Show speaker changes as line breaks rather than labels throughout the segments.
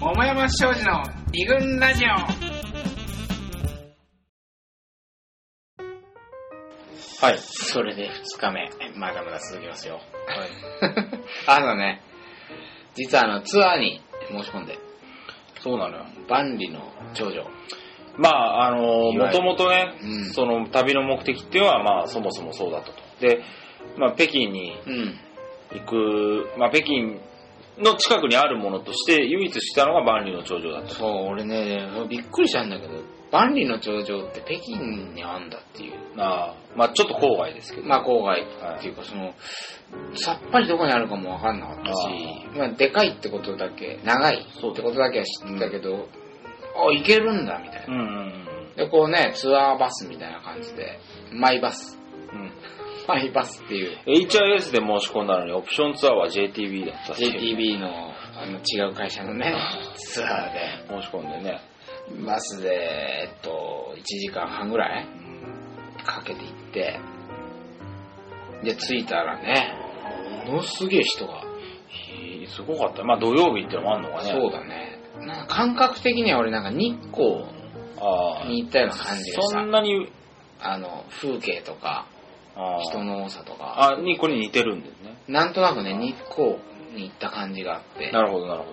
桃山庄司の二軍ラジオはいそれで2日目まだまだ続きますよ あのね実はあのツアーに申し込んで
そうなのよ。
万里の長女
まあ、あの、
いわゆ
もと
る
もとね、
うん
その旅の目的っていうのは、まあ、そもそもそうだったと。で、まあ、北京に
うん
行く、まあ、北京の近くにあるものとして、唯一したのが万里の長城だった。
そう俺ねびっくりしたんだけど万里の長女って北京にあんだっていう
ああまあ、ちょっと郊外ですけど。
まあ、郊外っていうか、その、さっぱりどこにあるかもわかんなかったし、まあ、でかいってことだけ、長いってことだけは知ってたけど、あ、行けるんだ、みたい
うんうん
な。で、こうね、ツアーバスみたいな感じで、マイバス、
うん。うん。
マイバスっていう、
HIS で申し込んだのに、オプションツアーは JTB だったっていう
JTB の、あの、違う会社のね、ツアーで、
申し込んでね。
バスで、えっと、1時間半ぐらい
うん
かけて行って、で、着いたらね、ものすげえ人が、
へえすごかった。まあ、土曜日ってのもあんのかね。
そうだね。なんか感覚的には俺なんか日光
ああ
に行ったような感じがし
そ
た
ん。なに、
あの、風景とか、
ああ
人の多さとか、
あ、にこれに似てるんですね。
なんとなくね、日光に行った感じがあって
な。るほど、なるほ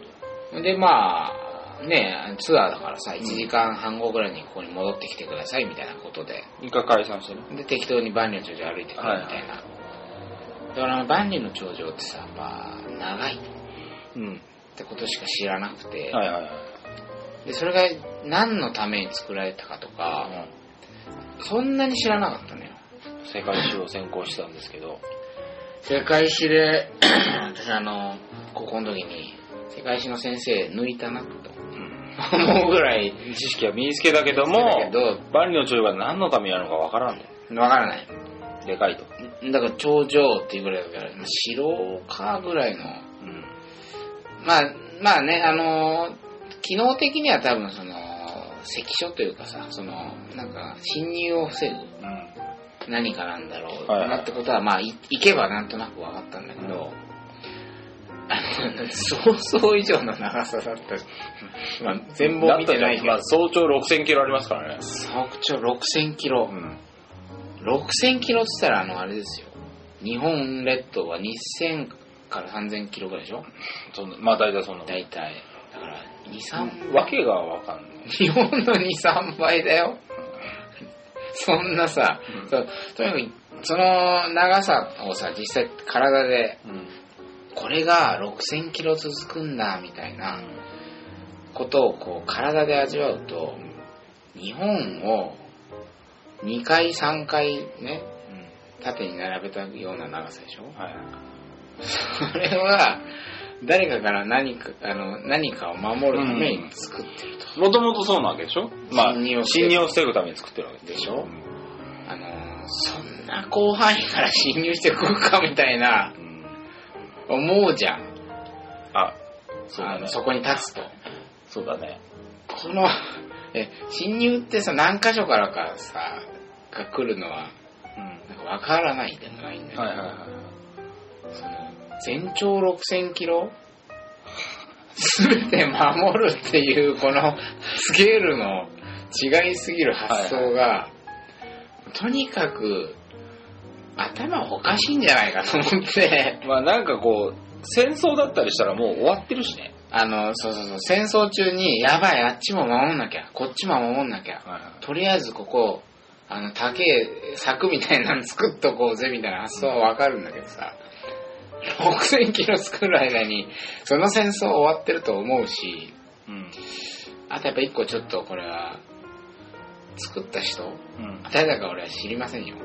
ど。
で、まあ、ね、ツアーだからさ、1時間半後ぐらいにここに戻ってきてくださいみたいなことで、
一回解散してね。
で、適当に万里の長城歩いてくるみたいな。だから万里の長城ってさ、まあ、長いっ
うん。
てことしか知らなくて、
はいはいはい。
で、それが何のために作られたかとか、そんなに知らなかったのよ。
うん世界史を専攻してたんですけど、
世界史で、 私あの、高校の時に、世界史の先生抜いたなと思うぐらい、
知識は身につけたけども、
だけど、わ
万里の長城が何のためにあるのかわからんね
からない。
でかいと。
だから、頂上っていうぐらいだから、まあ城かぐらいの、
うん。
まあ、まあね、あの、機能的には多分その、関所というかさ、その、なんか、侵入を防ぐ何かなんだろう
はいはい
なってことは、まあ、い行けばなんとなく分かったんだけど、あのそうそう以上の長さだったし、まあ、全貌見てないけ
だ
ど
ってまあ、早朝6000キロありますからね。
早朝6000キロ、
ん。
6000キロっつったら、あの、あれですよ、日本列島は2000から3000キロぐらいでしょ、
そんなまあ大体そんなもん
大体。だから、2、3、
わけがわかんない。
日本の2、3倍だよ。そんなさ、
うん
そうとにかく、その長さをさ、実際体でこれが6000キロ続くんだみたいなことをこう体で味わうと日本を2回3回ね縦に並べたような長さでしょ
はい。
それは誰かから何かあの何かを守るために作ってると、
もともとそうなわけでしょまあ、
侵入を防ぐ
侵入を防ぐために作ってるわけでしょ
うあのそんな広範囲から侵入してくるかみたいな
うん
思うじゃん
あ、そう
あ
だ
の
ね。
そこに立つと
そうだね。
この、え、侵入ってさ、何箇所からかさ、が来るのは、なんかわからないでもないんだけど、
はいはいはい。
その、全長6000キロすべて守るっていう、この、スケールの違いすぎる発想が、とにかく、頭おかしいんじゃないかと思って、
まあなんかこう、戦争だったりしたらもう終わってるしね。
あの、そうそうそう、戦争中に、やばい、あっちも守んなきゃ、こっちも守んなきゃ、とりあえずここ、あの、竹、柵みたいなの作っとこうぜみたいな発想はわかるんだけどさ、6000キロ作る間に、その戦争終わってると思うし、
うん。
あとやっぱ一個ちょっとこれは、作った人
うん。
誰だか俺は知りませんよ。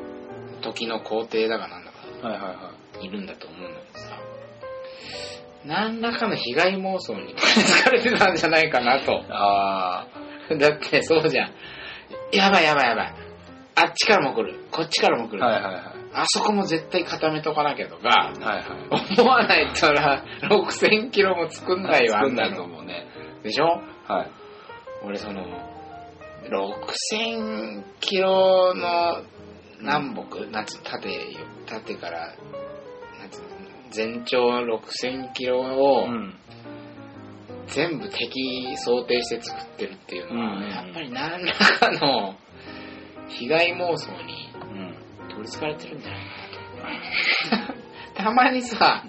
時の皇帝だかなんだか、
はいはいはい
るんだと思うんだけどさ、何らかの被害妄想に 疲れてたんじゃないかなと
い。。あ
だってそうじゃん。やばいやばいやばい。あっちからも来る。こっちからも来
ー。
る。
はいはいは
あそこも絶対固めとかなきゃとか、
い。はいはい。
思わないとら6000キロも作んないわ。
作んない
あ
と
んな
思うね。
のでしょ
はい。
俺その、6000キロの南北、なんつうの縦よ、縦から、なんつうの全長6000キロを
ん。
全部敵想定して作ってるっていうのは、
うんうんうん
やっぱり何らかの被害妄想に
うん。
取りつかれてるんじゃないかなと たまにさ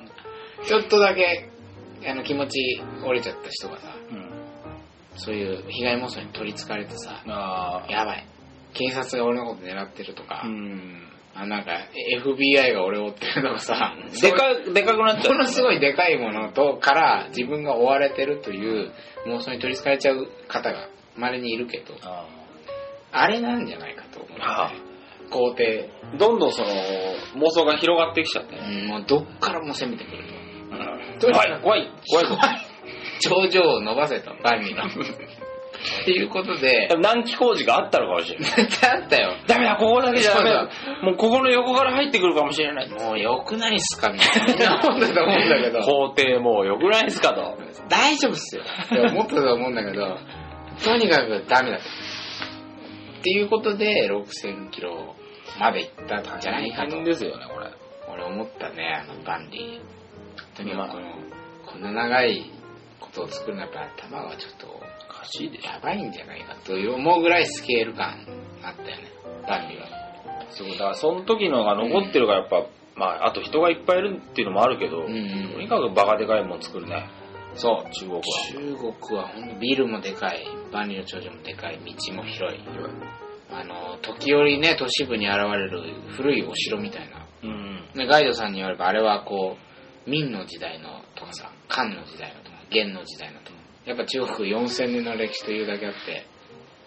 ちょっとだけあの気持ち折れちゃった人がさ
うん。
そういう被害妄想に取りつかれてさ
あ
やばい警察が俺のこと狙ってるとか、
あ。うん。
あなんか FBI が俺を追ってるとかさ
でか、でかくなっちゃう。
ものすごいでかいものとから自分が追われてるという妄想に取りつかれちゃう方が稀にいるけど
あ
あれなんじゃないかと思う、ね
あ、
皇帝、
あどんどんその、妄想が広がってきちゃって
う
ね。
ん、もうどっからも攻めてくると
怖い、怖い、怖いこと。
と頂上を伸ばせと万里のっていうことで
難期工事があったのかもしれない。
絶対あったよ
ダメだ、ここだけじゃダメだ
そ。
もうここの横から入ってくるかもしれない。
もうよくないっすかみたいなみん な思ってたと思うんだけ ど
工程もう良くないですかと。
大丈夫っすよって思ってたと思うんだけどとにかくダメだとっていうことで6000キロまで行ったんじゃないかと
大変ですよね、これ。
俺思ったねあのバンディとにかくこのこんな長いことを作るのはやっぱ頭がちょっと
おかしいでし
やばいんじゃないかと思うぐらいスケール感あったよねバンディは
ょ。そう、だからその時のが残ってるからやっぱ、まあ、あと人がいっぱいいるっていうのもあるけど、
ん
とにかくバカでかいもん作るね。
そう
中国は。
中国はほんとビルもでかい万里の長城もでかい道も広いあの時折ね都市部に現れる古いお城みたいな、
うん。
ね、ガイドさんによればあれはこう明の時代のとかさ漢の時代のとか元の時代のとかやっぱ中国4000年の歴史というだけあって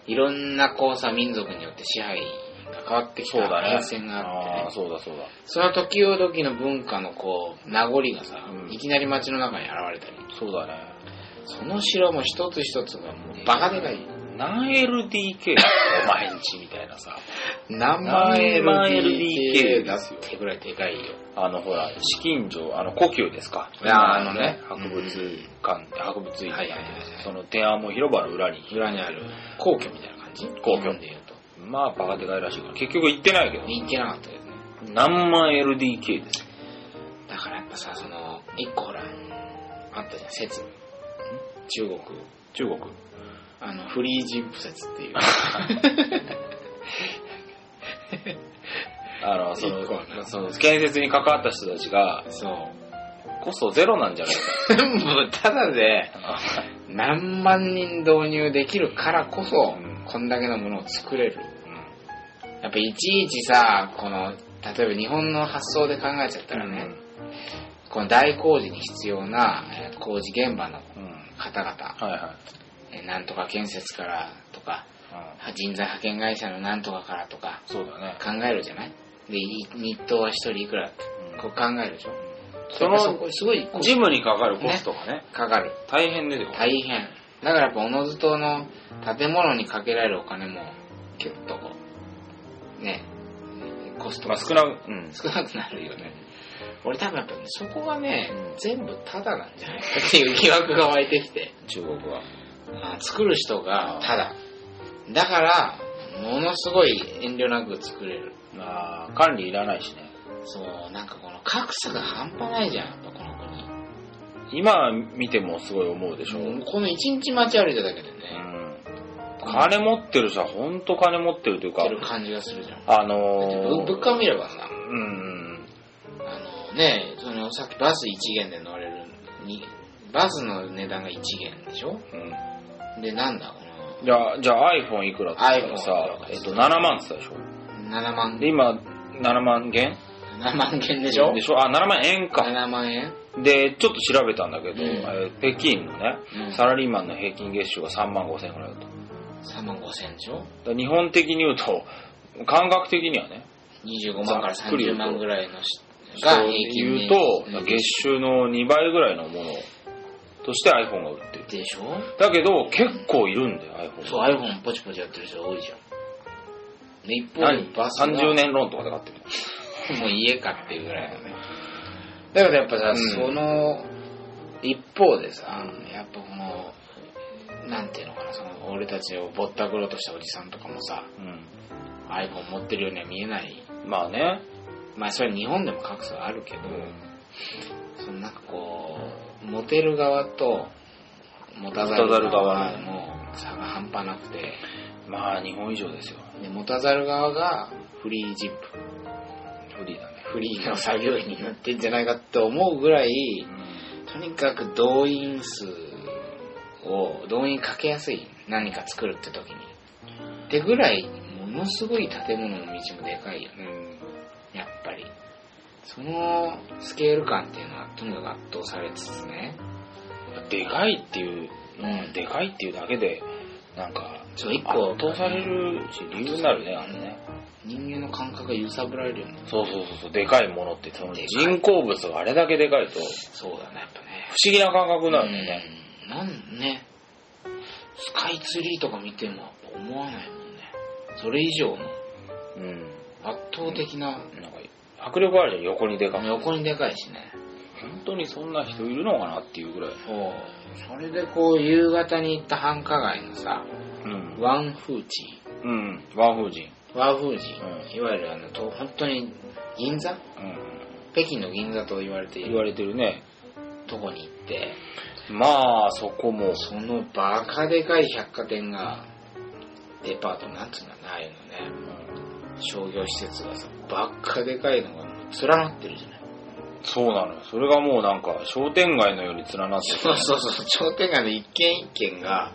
いろんなこうさ民族によって支配が変わってき
そう
た
だね。
変遷があってね
あーそうだそうだ。
その時々の文化のこう名残がさ、
うん
いきなり街の中に現れたり
そうだね。
その城も一つ一つがもうバカでかい
何 LDK? お前んちみたいなさ。
何
万
万
LDK
LDK だってぐらいでかいよ
あのほら、紫禁城、あの故宮ですか。
いやーあのね
博物館、博物院、
はいはいはいはい
その天安門広場の裏に、
裏にある皇居みたいな感じ
皇居
日本でいうと
まあバカでかいらしいから、結局行ってないけど、
行けなかったですね
何万 LDK ですよ。
だからやっぱさその一個ほらあったじゃん説中国
中国。
あのフリージンプ説っていう
あの、そ
一個はね
の、その建設に関わった人たちが、
そう
コストゼロなんじゃないか
全部ただで
あ
何万人導入できるからこそ、
うん
こんだけのものを作れるやっぱいちいちさこの例えば日本の発想で考えちゃったらね、この大工事に必要なえー工事現場の
うん。うん。
方々、
はいはい。
えーなんとか建設からとか、
うん
人材派遣会社のなんとかからとか
そうだね。
考えるじゃないで、い日当は一人いくらだって
うん、
こう考えるでしょ
そ
やっぱ
の、
こすごいこう
ジムにかかるコストがね、
かかる。
大変ですよ。
大変。だからやっぱおのずとの建物にかけられるお金も、キュッとこう、ね、コスト
ま
が
あ少なく、うん。
少なくなるよね。俺多分やっぱね、そこがね、
うん
全部タダなんじゃないかっていう疑惑が湧いてきて。
中国は。
あ作る人がただだからものすごい遠慮なく作れる
まあ、管理いらないしね。
そうなんかこの格差が半端ないじゃんやっぱこの国
今見てもすごい思うでしょ。
もうこの一日街歩いただけで
う
ね
ん金持ってる人は本当金持ってるという
持っ
か
て、る感じがするじゃん
あ
ぶ
のー、
物価見ればさ
うん、
あのねそのさっきバス1元で乗れるにバスの値段が1元でしょ
うん。
でなんだこの
じゃあ、じゃあ iPhone いくらって言
iPhone いく
ったら
ら
さ
か、
えっと、7万って言ったでし
7
ょ。
万
で、今、7万元
7万元でしょ
でしょあ、7万円か。
7万円
で、ちょっと調べたんだけど、
うん
えー北京のね、
うん
サラリーマンの平均月収が3万5千円ぐらいだと。だか
3万5千でしょ
ら日本的に言うと、感覚的にはね、
25万から
ざっくり言
30
うと
万ぐらいの人
そ
が
う
平均
言う
年
と、
うん
月収の2倍ぐらいのものとして iPhone が売ってる。
でしょ
だけど、結構いるんだよ、iPhone。
そう iPhone ポチポチやってる人多いじゃんで一方
何
でバスは
?30 年ローンとかで買ってる。
もう家かっていうぐらいのねだけどやっぱさ、
うん
その一方でさやっぱこのなんていうのかなその俺たちをぼったくろうとしたおじさんとかもさ iPhone 持ってるようには見えない
うん。まあね。
まあそれは日本でも格差はあるけど、そのなんかこうモテる側と持たざ
持たざ
る
る
側
側
の差が半端なくて
まあ日本以上ですよ
で持たざる側がフリージップフリーだねフリーの作業員になってんじゃないかって思うぐらいとにかく動員数を動員かけやすい何か作るって時にってぐらいものすごい建物の道もでかいよね
うん
やっぱりそのスケール感っていうのはとにかく圧倒されつつね
でかいっていうのは
うん
でかいっていうだけでなんか
そう一個
圧倒されるし理由になるねあのね
人間の感覚が揺さぶられるよね
そうそうそうそうでかいものってその
でかい
人工物があれだけでかいと不
そうだねやっぱね
思議な感覚になるんだよね
うんなんねスカイツリーとか見てもやっぱ思わないもんねそれ以上の
うん
圧倒的な、
なんか迫力あるじゃん横にでかく本
横にでかいしね
当にそんな人いるのかなっていうぐらい
そうそれでこう夕方に行った繁華街のさ
うん
ワンフーチ
うんワンフージン
ーワーフーチー、
う
いわゆるあのと本当に銀座
うん
北京の銀座と言われてい
言わ
る
れてるね
とこに行って
まあそこも
そのバカでかい百貨店がデパートなんつうんだないのね商業施設がさばっかでかいのが連なってるじゃない
そうなのよそれがもうなんか商店街のより連なって
そうそうそう商店街の一軒一軒が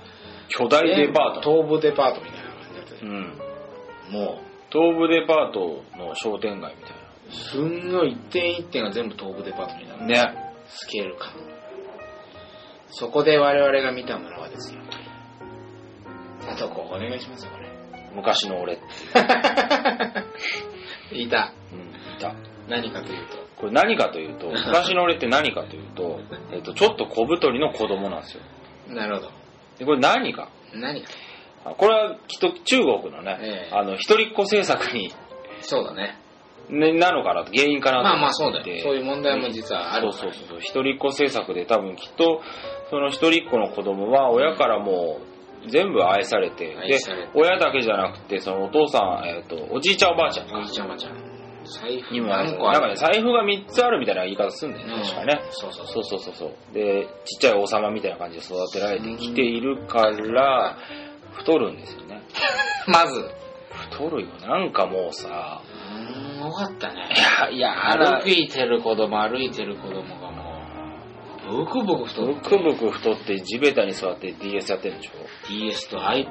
巨大デパート
東武デパートみたいな感じだったじ
うん
ゃんも
東武デパートの商店街みたいう
すんごい一軒一軒が全部東武デパートみたいな、
なね
スケール感そこで我々が見たものはですよ佐藤君お願いしますよこれ
昔の俺、
いた
いた
何かというと
これ何かという と昔の俺って何かというと、えっと、ちょっと小太りの子供なんですよ
なるほ
でこれ何か
ど何か
あこれはきっと中国のね、
ええ
あの一人っ子政策に、
そうだね
ね、なのかなと原因かなと
まあまあそうだ
思って
よそういう問題も実はある
そうそうそうそう一人っ子政策で多分きっとその一人っ子の子供は親からもう全部愛されて、で
愛されて
親だけじゃなくてそのお父さん、えっとおじいちゃんおばあちゃんか
おじちゃんおばあちゃん財布
にも
何個
な
あ
んかね
る
財布が3つあるみたいな言い方するんだよね、
うん
確かね
そうそうそ
そううそうそうそうでちっちゃい王様みたいな感じで育てられてきているから太るんですよね
まず
太るよなんかもうさ
うーんよかったね
いやあら
歩いてる子供歩いてる子供がもうブクブク太
ブ
る
クブク太って地べたに座って DS やってるんでしょ
DS と iPad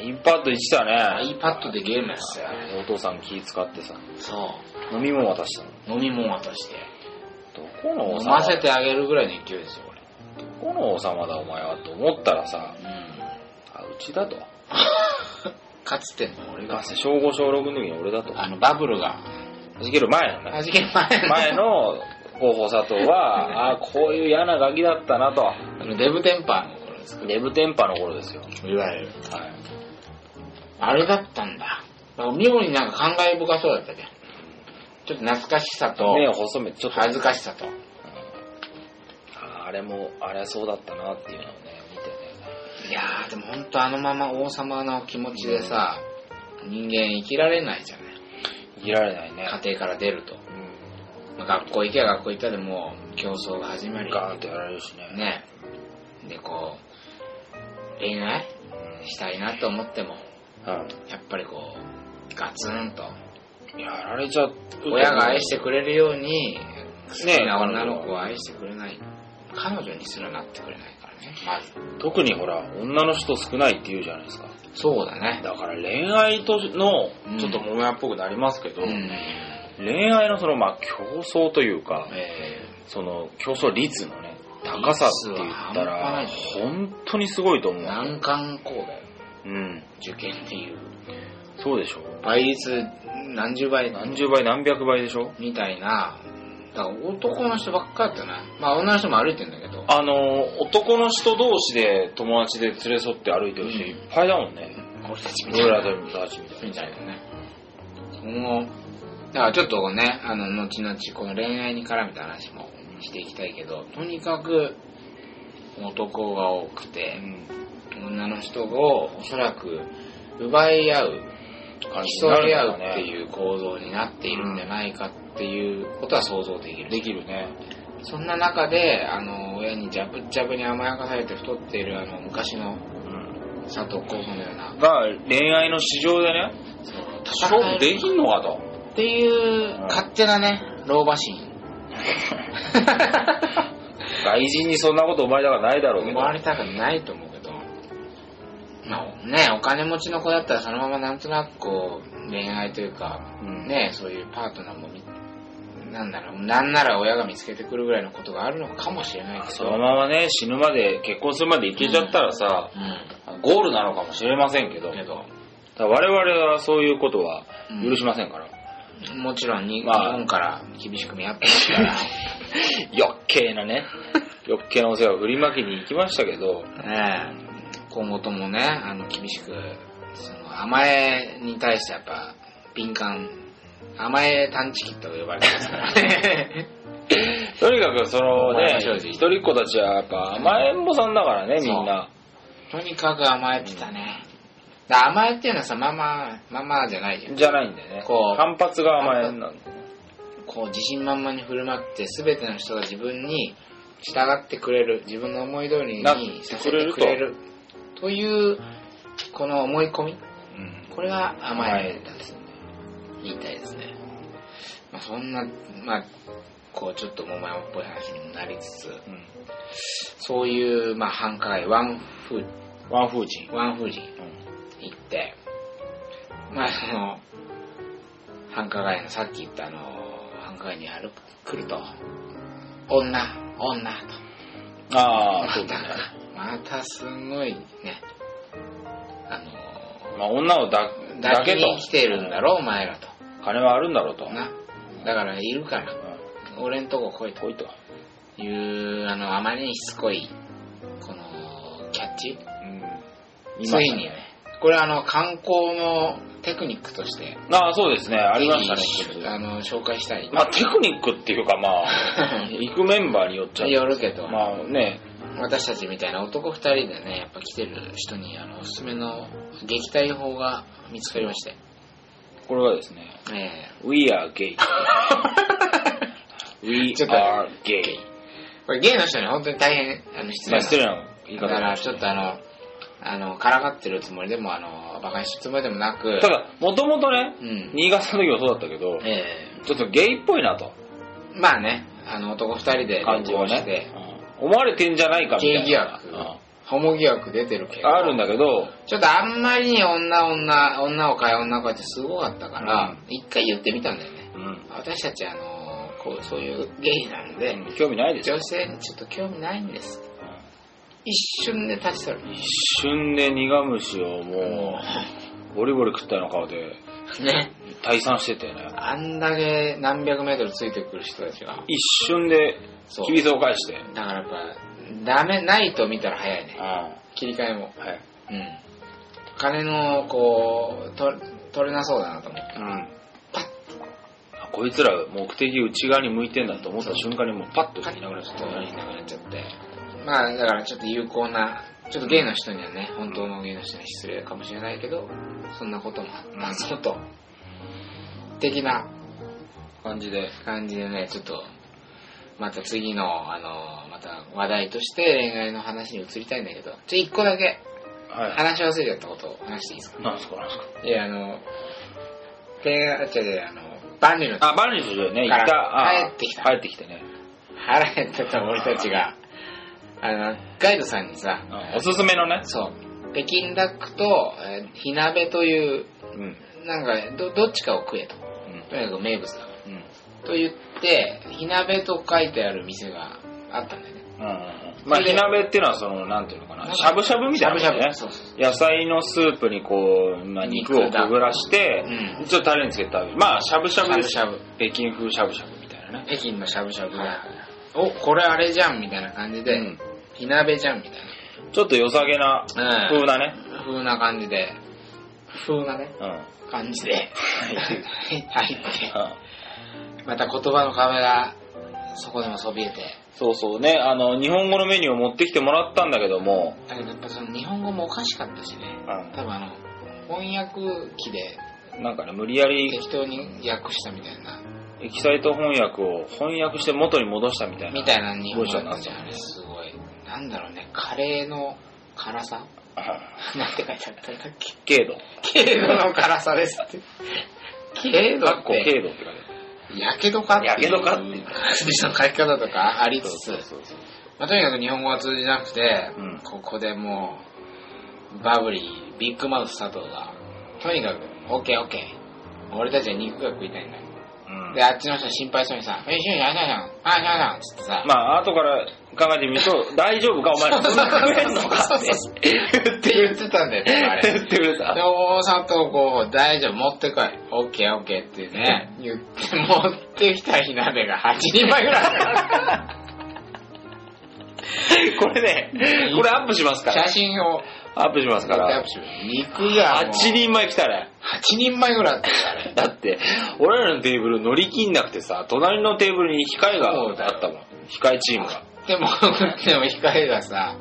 iPad 一だね
iPad でゲームやってたよね
お父さん気使ってさ
そ
飲み物渡したの
う飲み物渡して
どこの王
飲
様
ませてあげるぐらいの勢いですよこれ
どこの王様だお前はと思ったらさ
うん
あうちだと
かつての俺が
小5小6の時に俺だと
あのバブルが
はじける前のね
はじける前の
前の広報佐藤は、あーこういう嫌なガキだったな と。
あのデブテンパーの頃ですか
デブテンパの頃ですよ。
いわゆる
はい。
あれだったんだだから妙になんか感慨深そうだったじゃんちょっと懐かしさと
目を細めて、ちょっと、
恥ずかしさと
あーあれも、あれそうだったなっていうのをね、見てね。
いやーでも本当あのまま王様の気持ちでさ、人間生きられないじゃない
生きられないね。
家庭から出ると、
う
まあ学校行けば学校行ったでもう競争が始ま
ん。
り
ガーンってやられるしね。
ねでこう恋愛したいなと思っても
うん。
やっぱりこうガツンと
うん。やられちゃう。
親が愛してくれるように好
ね
きな女の子を愛してくれない彼女にすらなってくれないからねまず
特にほら、女の人少ないって言うじゃないですか。
そうだね
だから恋愛との
うん、
ちょっともやっぽくなりますけど、
うん
恋愛のその、まあ、競争というか、
え
その競争率のね、高さって言った
率は半
ら、
端ない
本当にすごいと思
ー
う。
難関校だよ
うん。
受験っていう
そうでしょ
倍率何十倍
何十倍何百倍でしょ
みたいなだから男の人ばっかだったなまあ女の人も歩いてんだけど
あの、男の人同士で友達で連れ添って歩いてる人
うん
いっぱいだもんね。
俺たちみたい
俺ら
な
たちみたい
み
な。
たいなね今後だからちょっとねあの後々この恋愛に絡めた話もしていきたいけどとにかく男が多く
う
て
ん。
女の人をおそらく奪い合う
感じに
競
なる
い
ん
合
だ
う
ろ
っ
うね
ていう構造になっているんじゃないかっていうことは想像できる
できるね。
そんな中であの親にジャブジャブに甘やかされて太っているあの昔の
う、
佐藤候補のようなん
が恋愛の市場でね
そう戦え
勝負
る
できんのかと
っていう
うん
勝手なね老婆 心
外人にそんなこと生まれたくないだろうけ
思
ど
われたくないと思うけどまあねお金持ちの子だったらそのままなんとなくこう恋愛というか
うん
ねそういうパートナーもみなんだろうなんなら親が見つけてくるぐらいのことがあるのかもしれないけど
そのままね死ぬまで結婚するまでいけちゃったらさ、
う
ゴールなのかもしれませんけど
んけど
ただ我々はそういうことは
うん
許しませんから、
もちろんに日
まあ
本から厳しく見合ってますから
余計な ね余計なお世話を振りまきに行きましたけど、
ねえ今後ともねあの厳しくその甘えに対してやっぱ敏感甘え探知機と呼ばれてますから ね
とにかくその
お前
ね
は正直
一人っ子たちはやっぱ甘えん坊さんだからねみんな
とにかく甘えてたねだ甘えっていうのはさママママじゃないじゃん
じゃないんでね
こう
反発が甘えんなんで
こう自信満々に振る舞って全ての人が自分に従ってくれる自分の思い通り
なっ
に
て
さ
く
せ
れ
て
ると
くれるというこの思い込み
うん
これが甘えたですね。言いたいですね。まあ、そんな、まあ、こう、ちょっと桃山っぽい話にもなりつつ、
うん
そういう、まあ、繁華街、ワンフー、
ワンフーチン、
ワンフージ
うん
行って、まあ、その、繁華街の、さっき言ったあの、繁華街に歩く、来ると、女、女と、
あ
ま
あそうだ
た
ね、
またすごいね、あの、
まあ、女をだだ
だ
け
け
と
に来てるんだろ、お前らと。
金はあるんだろうと、うん、
なだからいるから俺んとこ来いと
来いと、
いうあのあまりにしつこいこのキャッチ
うん、
ついにねこれあの観光のテクニックとして
ああそうですねありましたね
ぜひあ
一
の紹介したい
つまあテクニックっていうかま あ行くメンバーによっちゃ
よるけど、
まあね
私たちみたいな男2人でねやっぱ来てる人にあのおすすめの撃退法が見つかりまして
これはですね
え
We are gay. We
ちょっと
are gay.
えこれゲイの人に本当に大変あの失礼
まあ、
な
失礼な言い
だ
方
から
だ
ちょっとあのあのからかってるつもりでもあのバカにしてるつもりでもなく
ただ、もともとね
う、ん
新潟の時もそうだったけど、
え
ちょっとゲイっぽいなと、
えまあね、あの男二人で
感
連
じ
行
は
して、
ね、うん思われてんじゃないかみた
ゲイ
い
疑
な
惑。、ホモ疑惑出てるけ
うん
ど、
あるんだけど、
ちょっとあんまりに女女、女を買い女を買いってすごかったから、一回言ってみたんだよね。
うん
私たちあのこう、そういうゲイなんで、
うん興味ないですよ。
女性にちょっと興味ないんです。一瞬で立ち去る。
一瞬で苦虫をもう、ボリボリ食ったような顔で
ね。
退散しててね、
あんだけ何百メートルついてくる人たちが。
一瞬で
そう
厳しさを返して、
だからやっぱ、ダメ、ないと見たら早いね。
あ
切り替えも。
あはい
うん。金の、こう、と取れなそうだなと思って。
うん
パッ
あこいつら目的内側に向いてんだと思った瞬間にもうパッと
パ
い
ッ
なくなっちゃっ
と
たね
いなくなっちゃって。まあ、だからちょっと有効な、ちょっとゲイの人にはね、本当のゲイの人には失礼かもしれないけど、そんなこともあったぞと。的な
感じで
感じでね、ちょっと、また次の、あの、また話題として恋愛の話に移りたいんだけど、ちょ、一個だけ
はい
話し忘れちゃったことを話していいですか
なんすかなんすか
いや、あの、恋愛、違う違う、あの、万里の
あバニーズでねいた
から
あ
帰ってきた
帰ってきてね
腹減ってた俺たちが、あの、ガイドさんにさ、
あおすすめのね
そう、北京ダックと、えー火鍋という、
うんうん
なんか、ど、どっちかを食えと。とにかく名物だか
うん
ら。と言って、火鍋と書いてある店があったんだよね。
うんうんまあ火鍋っていうのはそのなんていうのか
なん
な
か
しゃぶしゃぶみたいなもん
しゃぶしゃ
ね
ぶ。そうそうそう。
野菜のスープにこう、まあ、肉をくぐらして
う
ちょっとタレにつけて食べるまあしゃぶしゃぶです
しゃぶしゃ
北京風しゃぶしゃぶみたいなね
北京のしゃぶしゃぶ
はい
が、お、これあれじゃんみたいな感じで、
うん
火鍋じゃんみたい
ちょっと良さげな
な。
風なね
うん。風な感じで、風なね、
うん
感じで、入って。
うん
また言葉の壁がそこでもそびえて
そうそうね、あの、日本語のメニューを持ってきてもらったんだけども、
だけどやっぱその日本語もおかしかったしね多分あの翻訳機で
なんかね、無理やり、
適当に訳したみたいな
エキサイト翻訳を翻訳して元に戻したみたいな。
みたいな日本
文章
語
にな
なん
っ
で
ちゃ
あれすごいなんだろうねカレーの辛さ
う。
なんて書いてあったんだっけ
軽度。
軽度の辛さですって軽度
かっ
っ
こ軽
て
度って書いて
やけどかっていう
やけどかっていう
感じの書き方とかあり
ある。
つつ
そうそう。
まあ、とにかく日本語は通じなくて、
うん
ここでもうバブリービッグマウス佐藤がとにかく「オッケーオッケー俺たちは肉が食いたいんだ」
うん
であっちの人は心配そうにさ「えしゅんしゃんしゃんしゃんあしゃんしゃん」っつってさ、
まあ、後から考えてみると、大丈夫かお前らそんな食えんのかって
って言ってたんだよねあ れ
言ってくれた
で。大里こう大丈夫持ってこいオッケーオッケーってね言って持ってきた火鍋が8人前ぐらい
これね、これアップしますか
写
ら。
真を
アップしますか
アッ
ら
プ。しよう肉が
8人前来たね。
8人前ぐらいあったよあ れ
だって、俺らのテーブル乗り切んなくてさ、隣のテーブルに控えが
そうだよ
あったもん。控えチームが。
でも、でも光がさ、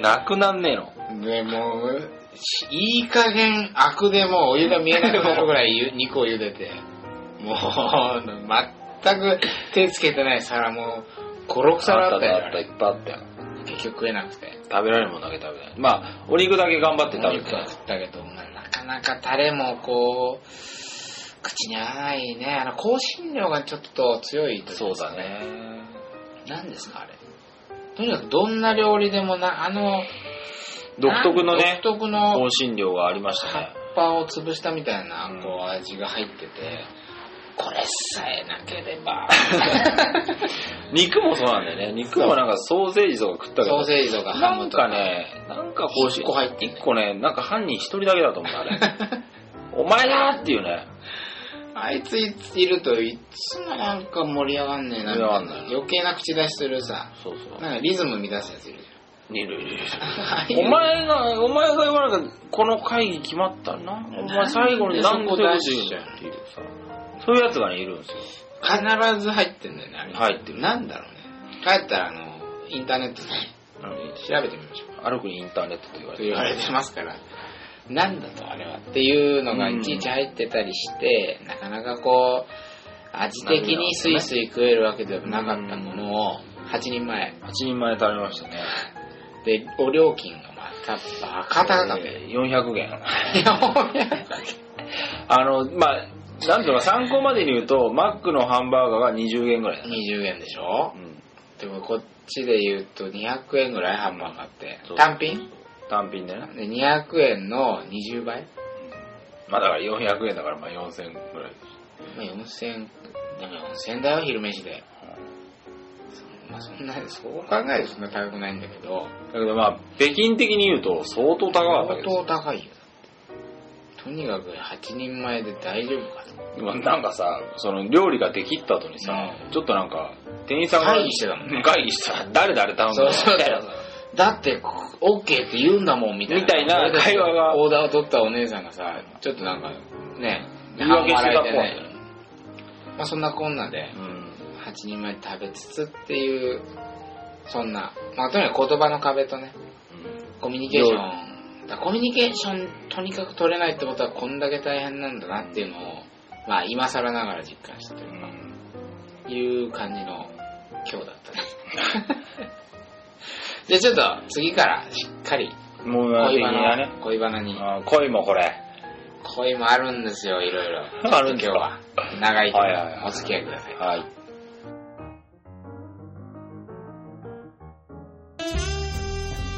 なくなんねえの。
でもう、しいい加減、アクでもうお湯が見えなくなるぐらいゆ肉を茹でて、もう、全く手つけてない皿もう、5、6皿あったよ
あ。った、いっぱいあったよ。
結局食えなくて。
食べられるもんだけ食べたい。まあ、お肉だけ頑張って
お
食べ
肉
た
は。食ったけど、まあなかなかタレもこう、口に合わないね。あの、香辛料がちょっと強いというか
そうだね。
何ですか、あれ。とにかくどんな料理でもな、あの、
独特のね、
独特の
香辛料がありました
葉っ
ね。
ぱを潰したみたいな
うん
こう味が入ってて、これさえなけれ ば
肉もそうなんだよね。肉もなんかソーセージとか食ったけ
ソ
ど
ー、セージとかハ
な
ム
ん
とか
かね、なんか香辛
一個入ってんね
一個ね、なんか犯人一人だけだと思うあれ。 お前だーっていうね。
あいついるといつもなんか盛り上がんねえな
盛り上がんない
余計な口出しするさ
そうそう。
なんかリズム乱すやついる
いるいるいる
じゃん
お前が、お前が言わなきゃ、この会議決まったな。お前最後に何個出しちゃうっていうさ。そういうやつがね、いるんですよ。
必ず入ってんだよねあれ
入ってる
なんだろうね帰ったらあのインターネットで調べてみましょう
歩くにインターネットと言わ
と
れてる
言われてますからなんだとあれはっていうのがいちいち入ってたりして、なかなかこう味的にスイスイ食えるわけではなかったものを8人前
8人前食べましたね。
でお料金がまたバカ高かったよ
えー400円。
400
あの、まあ、なんとか参考までに言うと、マックのハンバーガーが20円ぐらいだね。
20円でしょ
うん。
でもこっちで言うと200円ぐらいハンバーガーって
そう
単品
単品でね。
で200円の20倍、
まあだから400円だから、まあ4000円ぐらいです。
まあ、4000円でも4000円だよ昼飯でまあそんなそう考えるとそんな高くないんだけど
だけどまあ、北京的に言うと相当高かった
相
けど
当高いよとにかく8人前で大丈夫かと
今なんかさその料理ができった後にさ、
う
ちょっとなんか店員さんが
会議してたもんね
会議してた誰誰頼む
そう
の
そう
みたい
だ
な
よだってオッケーって言うんだもんみたいな
みたいな会話が
オーダーを取ったお姉さんがさちょっとなんかね
言い訳してたっぽい
半笑いでねまあ、そんなこんなで
うん
8人前食べつつっていうそんなまあとにかく言葉の壁とねコミュニケーションだコミュニケーションとにかく取れないってことはこんだけ大変なんだなっていうのをまあ今更ながら実感したといううんか、いう感じの今日だったね じゃあちょっと次からしっかり
うんもう
恋
的
バナ,、
なね
恋バナに
あー恋もこれ
恋もあるんですよいろいろ
あるんです
今
か
日は長いけど
はいはいはい
お付き合いください
はい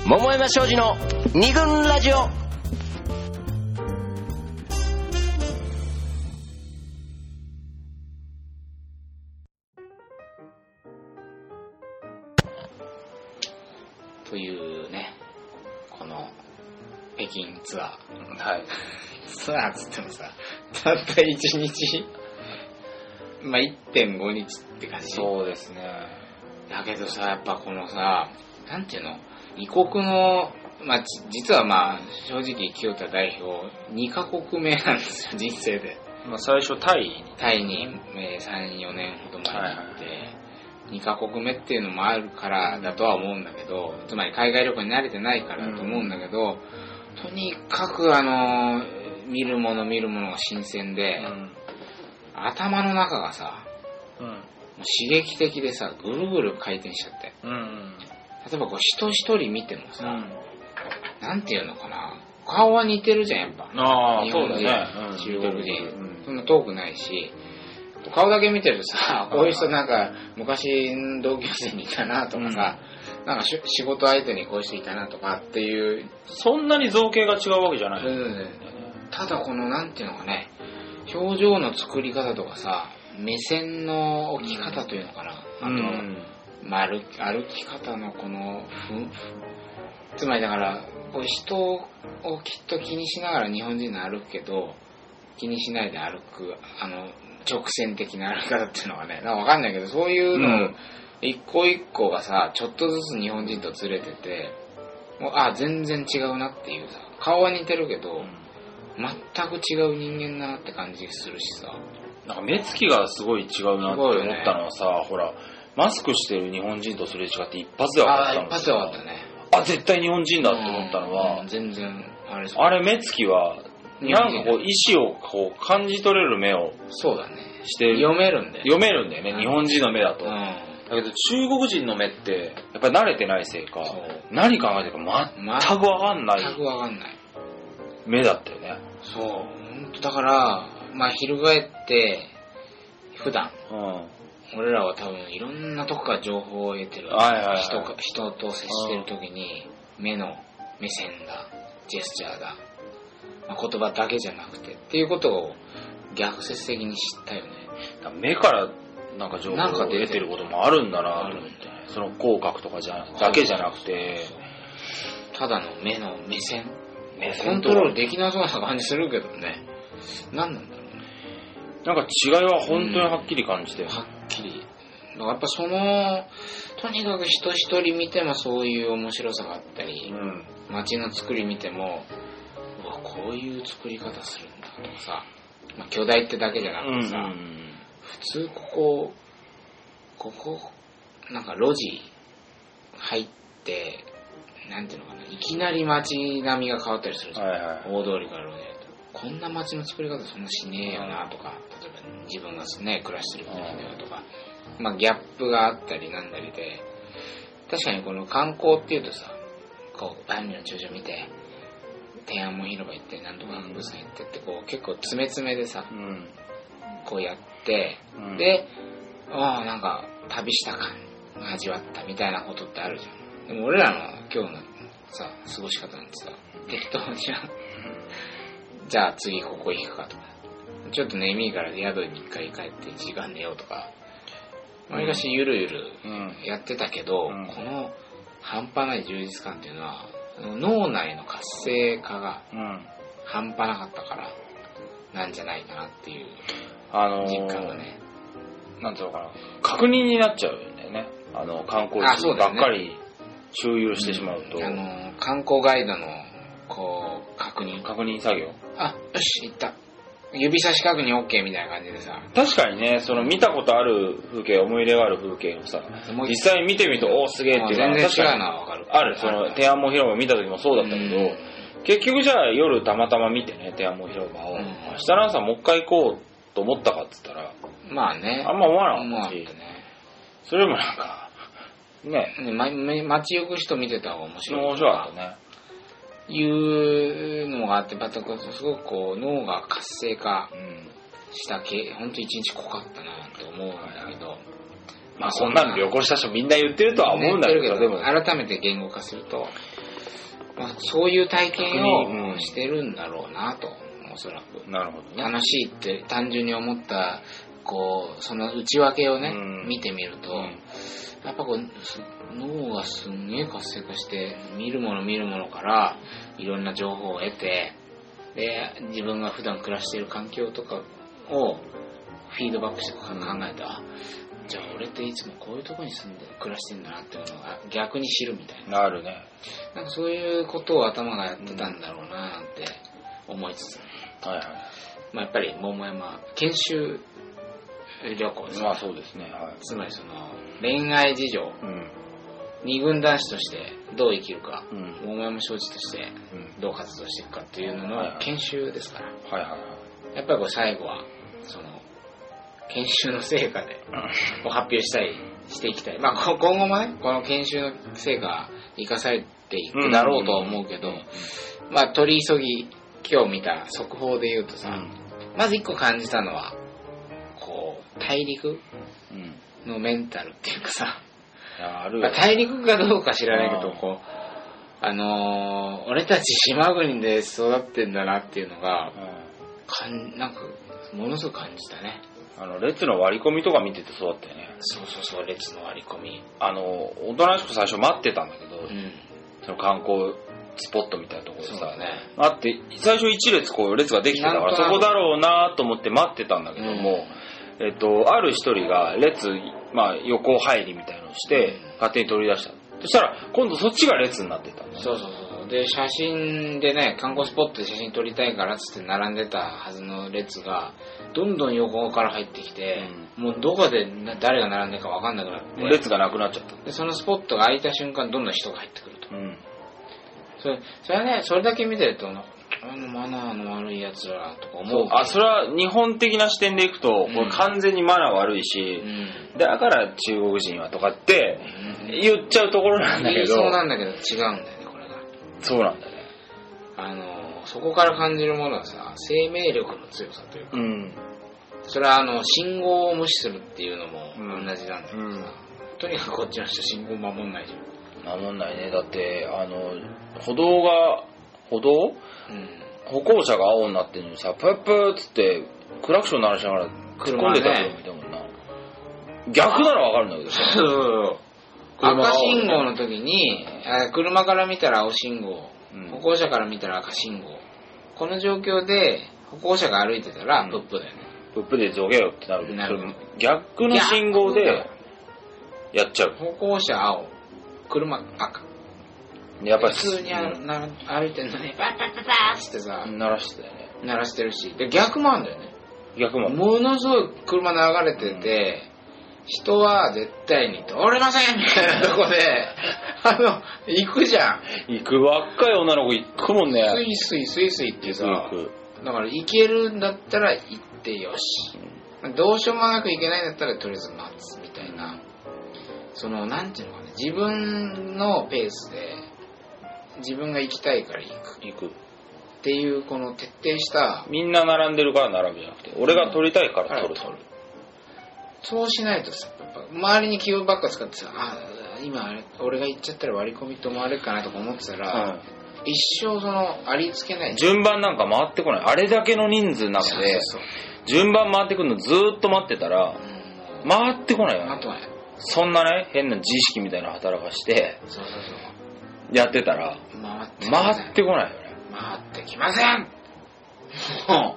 桃山商事の二軍ラジオ
というねこの北京ツアー
はい
ツアーっつってもさたった1日まあ1.5日って感じ
そうですね
だけどさやっぱこのさなんていうの異国のまあじ実はまあ正直清田代表2カ国目なんですよ人生で
まあ最初タイに
タイに34年ほど前に行って、2カ国目っていうのもあるからだとは思うんだけどつまり海外旅行に慣れてないからだと思うんだけど、とにかくあの見るもの見るものが新鮮で、頭の中がさもう刺激的でさぐるぐる回転しちゃって
うん。
例えばこう人一人見ても
う
さ、
ん。
なんていうのかな顔は似てるじゃんやっぱ
ああ、
日
そう
本人
だね。うん
中国人、
うん
そんな遠くないし顔だけ見てると さこういう人なんか昔同級生にいたなとかさ、なんかし仕事相手にこういう人いたなとかっていう、
そんなに造形が違うわけじゃない。
ただこのなんていうのかね表情の作り方とかさ目線の置き方というのかな、あとまあ、歩き歩き方のこのふんつまりだからこう人をきっと気にしながら日本人の歩くけど気にしないで歩くあの直線的な歩き方っていうのはねなんかわかんないけどそういうのを
ん
一個一個がさちょっとずつ日本人とずれててもうあ全然違うなっていうさ顔は似てるけど全く違う人間だなって感じするしさ
なんか目つきがすごい違うなって思ったのはさ、ほら、マスクしてる日本人とすれ違って一発で分か
あ
ったの
一発で終わったね
あ、絶対日本人だって思ったの
う
は
ん、全然あれ
あれ目つきは、
日
な
本人だ
んかこう意思をこう感じ取れる目を
そうだね
してる
読めるんだよ
読めるんだよね、
うん
日本人の目だと。
う
だ
ん
けど中国人の目って、やっぱり慣れてないせいか、
そう
何考えてるか全く分かんな
全く
い
わかんない
目だったよね。
そう本当だからまあ翻って普段
うん。
俺らは多分いろんなとこから情報を得てる
はいはいはい
人か人と接してる時に目の目線だジェスチャーだ、まあ言葉だけじゃなくてっていうことを逆説的に知ったよね
だから目からなんか情報
なんか
が
出
出
て
て
る
ることもあるんだな
あ
と
るん
思
だ
っ
よ
て、その口角とかじゃだけじゃなくて、
ただの目の目線
目線と
コントロールできなそうな感じするけどね何なんだろうね
なんか違いは本当にはっきり感じて、
はっきり。だからやっぱその、とにかく人一人見てもそういう面白さがあったり、
うん
街の作り見ても、うわ、こういう作り方するんだとかさ、まあ、巨大ってだけじゃな
うん
くてさ、普通ここ、ここ、なんか路地入って、なんていうのかな、いきなり街並みが変わったりするじゃん。
はいはい
大通りから路地入ってこんな街の作り方そんなしねえよなとか例えば自分がね暮らしてる国だよとか、まあ、ギャップがあったりなんだりで確かにこの観光っていうとさこう万里の長城見て天安門広場行ってなんとか博物館行ってってこう結構詰め詰めでさ
うん
こうやって、
うん
でああなんか旅した感味わったみたいなことってあるじゃんでも俺らの今日のさ過ごし方なんてさ適当じゃんじゃあ次ここ行くかとかちょっと眠いから宿に一回帰って1時間寝ようとかわりかしゆるゆる
うん
やってたけど、
うん
この半端ない充実感っていうのは脳内の活性化が
うん
半端なかったからなんじゃないかなっていう
あのー
実感がね
なんていうのかな確認になっちゃうよねあの観光
あ
地
そうだよ
ば
ね
っかり周遊してしまうと、
んあの観光ガイドのこう確認
確認作業
あよし行った指差し確認 OK みたいな感じでさ
確かにねその見たことある風景思い入れがある風景をさ
もう
実際見てみるとおおすげえっていうの
全
は
然
確か
違う
に
のはわかる
あるその天安門広場見た時もそうだったけど、
うん
結局じゃあ夜たまたま見てね天安門広場
う
を、
ん
明日の朝もう一回行こうと思ったかっつったら
まあね
あんま思わな
思
かっ
わ
た
ん
し
とね
それよりもなんかね
ねま、め街行く人見てた方が面白い。
面白かったね
いうのがあって、またこうすごくこう脳が活性化
うん
したけ、本当一日濃かったなと思うんだけど。
まあそんなの旅行した人みんな言ってるとは思うんだけ
ね言
ど
って
で
る
も
改めて言語化すると、まあ、そういう体
逆に
験
う
を
ん
してるんだろうなと、おそらく。
なるほどね
楽しいって単純に思った、こう、その内訳をね、
うん
見てみると、
うん
やっぱこうす脳がすんげえ活性化して見るもの見るものからいろんな情報を得てで自分が普段暮らしている環境とかをフィードバックして考えて、あじゃあ俺っていつもこういうとこに住んで暮らしてんだなっていうのが逆に知るみたいな
なるね
なんかそういうことを頭がやってたんだろうななんて思いつつ、
はいは
まあ、やっぱり桃山研修旅行です
いまあそうですねはい
つまりその恋愛事情
うん
二軍男子としてどう生きるか、
うん
桃山承知として
うん
どう活動していくかっていうの
はいは
の
い
研修ですから、
はいはいはい
やっぱりこう最後はその研修の成果でを発表したりしていきたい、まあ、こ今後もねこの研修の成果が生かされていくだろうとは思うけど、まあ、取り急ぎ今日見た速報で言うとさ、まず一個感じたのはこう大陸
うん。うん。
のメンタルっていうかさ、
ある
まあ、大陸かどうか知らないけど
あー
こうあのー俺たち島国で育ってんだなっていうのが
うん
かんなんかものすごく感じたね
あの、列の割り込みとか見ててそうだったよね。
そうそうそう列の割り込み
あの、おとなしく最初待ってたんだけど、
うん
その観光スポットみたいなところで
そう
さ
だ、ね
あって、最初一列こう列ができてたか
なん
ら、
と
そ
なく
こだろうなと思って待ってたんだけども、えっと、ある一人が列、まあ横入りみたいのをして
うん、
勝手に取り出した。そしたら、今度そっちが列になってたんだよ
そうそうそうで写真でね観光スポットで写真撮りたいからっつって並んでたはずの列がどんどん横から入ってきて、もうどこでな誰が並んでるか分かんなくなって、
もう列がなくなっちゃった。
でそのスポットが空いた瞬間どんどん人が入ってくると
うん。
それそれはねそれだけ見てるとあのマナーの悪いやつらとか思う
そう、あ、それは日本的な視点でいくと、こ
うん
れ完全にマナー悪いうし、
ん
だから中国人はとかって
うん
言っちゃうところなんだ
言
け
い
ど、
そうなんだけど違うんだよねこれが
そうなんだね。
あのそこから感じるものはさ生命力の強さというか
うん。
それはあの信号を無視するっていうのも
うん
同じなんだけどさ、
うん
とにかくこっちの人信号守んないじゃん、
守んないね。だって、あの、歩道が、歩道
うん、
歩行者が青になってるのにさ、プープーっつって、クラクション鳴らしながら突っ込んでた人もいたもんな。逆ならわかるんだけどさ。車
赤
が青い
信号の時にあ車から見たら青信号、
うん
歩行者から見たら赤信号この状況で歩行者が歩いてたら
うん
プップだよね、
プープーでどけよってなるけど
なるほど
それ逆の信号で、やっちゃう。
歩行者青車赤
やっぱり、
普通にあな歩いてんのにバッバッバッバーっつってさ、
うん鳴らしてたよね。
鳴らしてるしで逆もあるんだよね
逆も。
ものすごい車流れてて、人は絶対に通れませんみたいなとこで、 あの、行くじゃん。
行く若い女の子行くもんね。
スイスイスイスイって
行
さ、
く行く。
だから行けるんだったら行ってよし。どうしようもなく行けないんだったらとりあえず待つみたいな。その、なんていうのかな、自分のペースで、自分が行きたいから行く
行く。
っていう、この徹底した、
みんな並んでるから並ぶじゃなくて、俺が撮りたいから撮る。
撮るそうしないとさ、やっぱ周りに気をばっか使ってさ、あ今あれ、俺が行っちゃったら割り込みと思われるかなとか思ってたら、
う
一生その、ありつけない
ん。順番なんか回ってこない。あれだけの人数なので、
そうそう
順番回ってくるのずーっと待ってたら
そう。、うんも
回ってこないうよ
あ
ね。
とはね、
そんなね、変な自意識みたいなの働かして、
そうそうそ
やってたら、
う。回ってきません
回ってこないよね。
回ってきませんも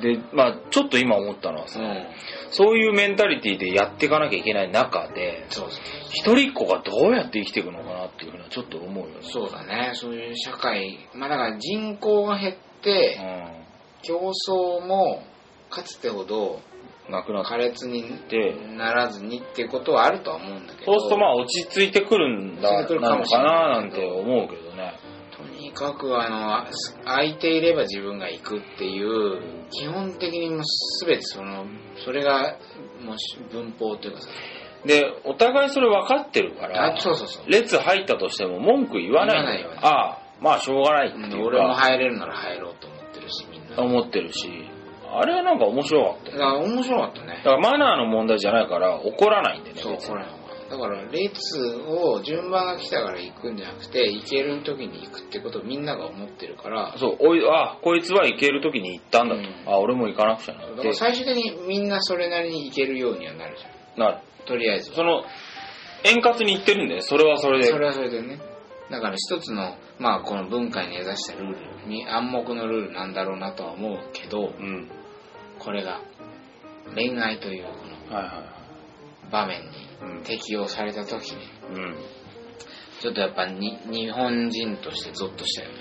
で、まあちょっと今思ったのは
う、
さ、
うん、
そういうメンタリティでやっていかなきゃいけない中で、
そうそう。
一人っ子がどうやって生きていくのかなっていうのはちょっと思うよね。
そうだね、そういう社会、まあだから人口が減って、競争もかつてほど
うん。なくなっ
苛烈に
て、
ならずにっていうことはあるとは思うんだけど
そうするとまあ落ち着いてくるんだ
落ち着いてくるか
な
も
の
しれな
かないなんて思うけどね。
とにかくあのあ空いていれば自分が行くっていう基本的にもう全てそのそれがもうし文法というかさ
で、お互いそれ分かってるから
あ、そうそうそう
列入ったとしても文句言わないんだ
言わないよ
ああ、まあしょうがないって
う
い
ん
うか、
俺も入れるなら入ろうと思ってるしみんなだか
思ってるし、あれはなんか面白かったよ。
ら面白かったね
だからマナーの問題じゃないから怒らないんでね、
そう
別に
これだから列を順番が来たから行くんじゃなくて行ける時に行くってことをみんなが思ってるから
そう、おい、あ、こいつは行ける時に行ったんだと。
うん
あ、俺も行かなくちゃな
だ
っ
から
て
最終的にみんなそれなりに行けるようにはなるじゃ
なる。
んとりあえず
その、円滑に行ってるんだよ。それはそれで。
それはそれでねだから一つのまあこの文化に根ざしたルールに暗黙のルールなんだろうなとは思うけど
うん。
これが恋愛というこ
はいはいは
の場面
うん
に適用された時に
い。うん。
ちょっとやっぱに日本人としてゾッとしたよね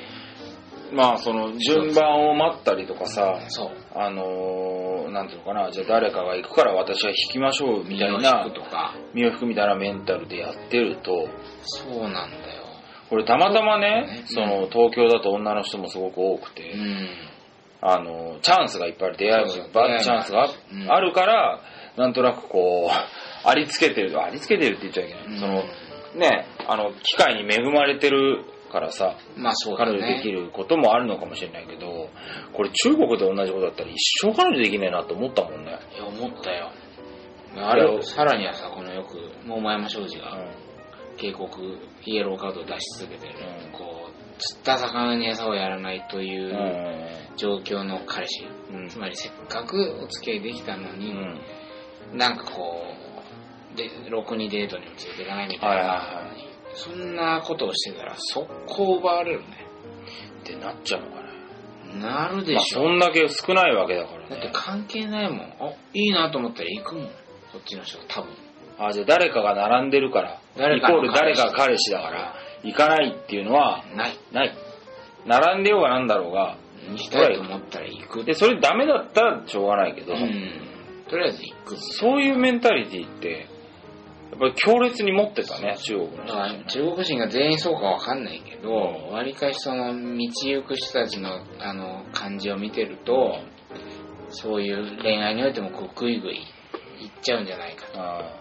まあその順番を待ったりとかさ、
そう
あのー、なんていうのかな、じゃあ誰かが行くから私は引きましょうみたいな
身を引、くとか
身を引くみたいなメンタルでやってると、
そうなんだよ
これたまたま
ね
ね、その東京だと女の人もすごく多くて、
うん
あのー、チャンスがいっぱいある出会い
そうそ
も
う
いっぱいあ
出会いも
るチャンスがあ
うん
あるから、なんとなくこう、あ りつけてる、ありつけてるって言っちゃいけない。その、ね、あの、機会に恵まれてるからさ、
まあそうだ
彼女で
ね
きることもあるのかもしれないけど、これ中国で同じことだったら一生彼女できねえなと思ったもんね。
いや思ったよあれをさらにはさこのよく桃山庄司が警告イエローカードを出し続けてる、
うん。
こう釣った魚に餌をやらないといううん状況の彼氏、
うん
つまりせっかくお付き合いできたの
う
に、
ん。
なんかこうでろくにデートにもついていかないみたいな、
はいはいは
そんなことをしてたら速攻奪われるね
ってなっちゃうのかね。
なるで
まあ、
しょ、
そんだけ少ないわけだから
だって
ね。
関係ないもんあいいなと思ったら行くもんこっちの人多分
あ、じゃあ誰かが並んでるから、
誰
イ
かの
コール誰かが彼氏だから、行かないっていうのは、
ない
ない。並んでようがなんだろうが、
行きたいと思ったら行く
で、それダメだったらしょうがないけど、
うんとりあえず行く
そういうメンタリティって、やっぱり強烈に持ってたね、中国
ま
の人た
あ
ちもね。
中国人が全員そうかわかんないけど、わりかしその道行く人たちのあの感じを見てると、そういう恋愛においてもこうグイグイ行っちゃうんじゃないか
あ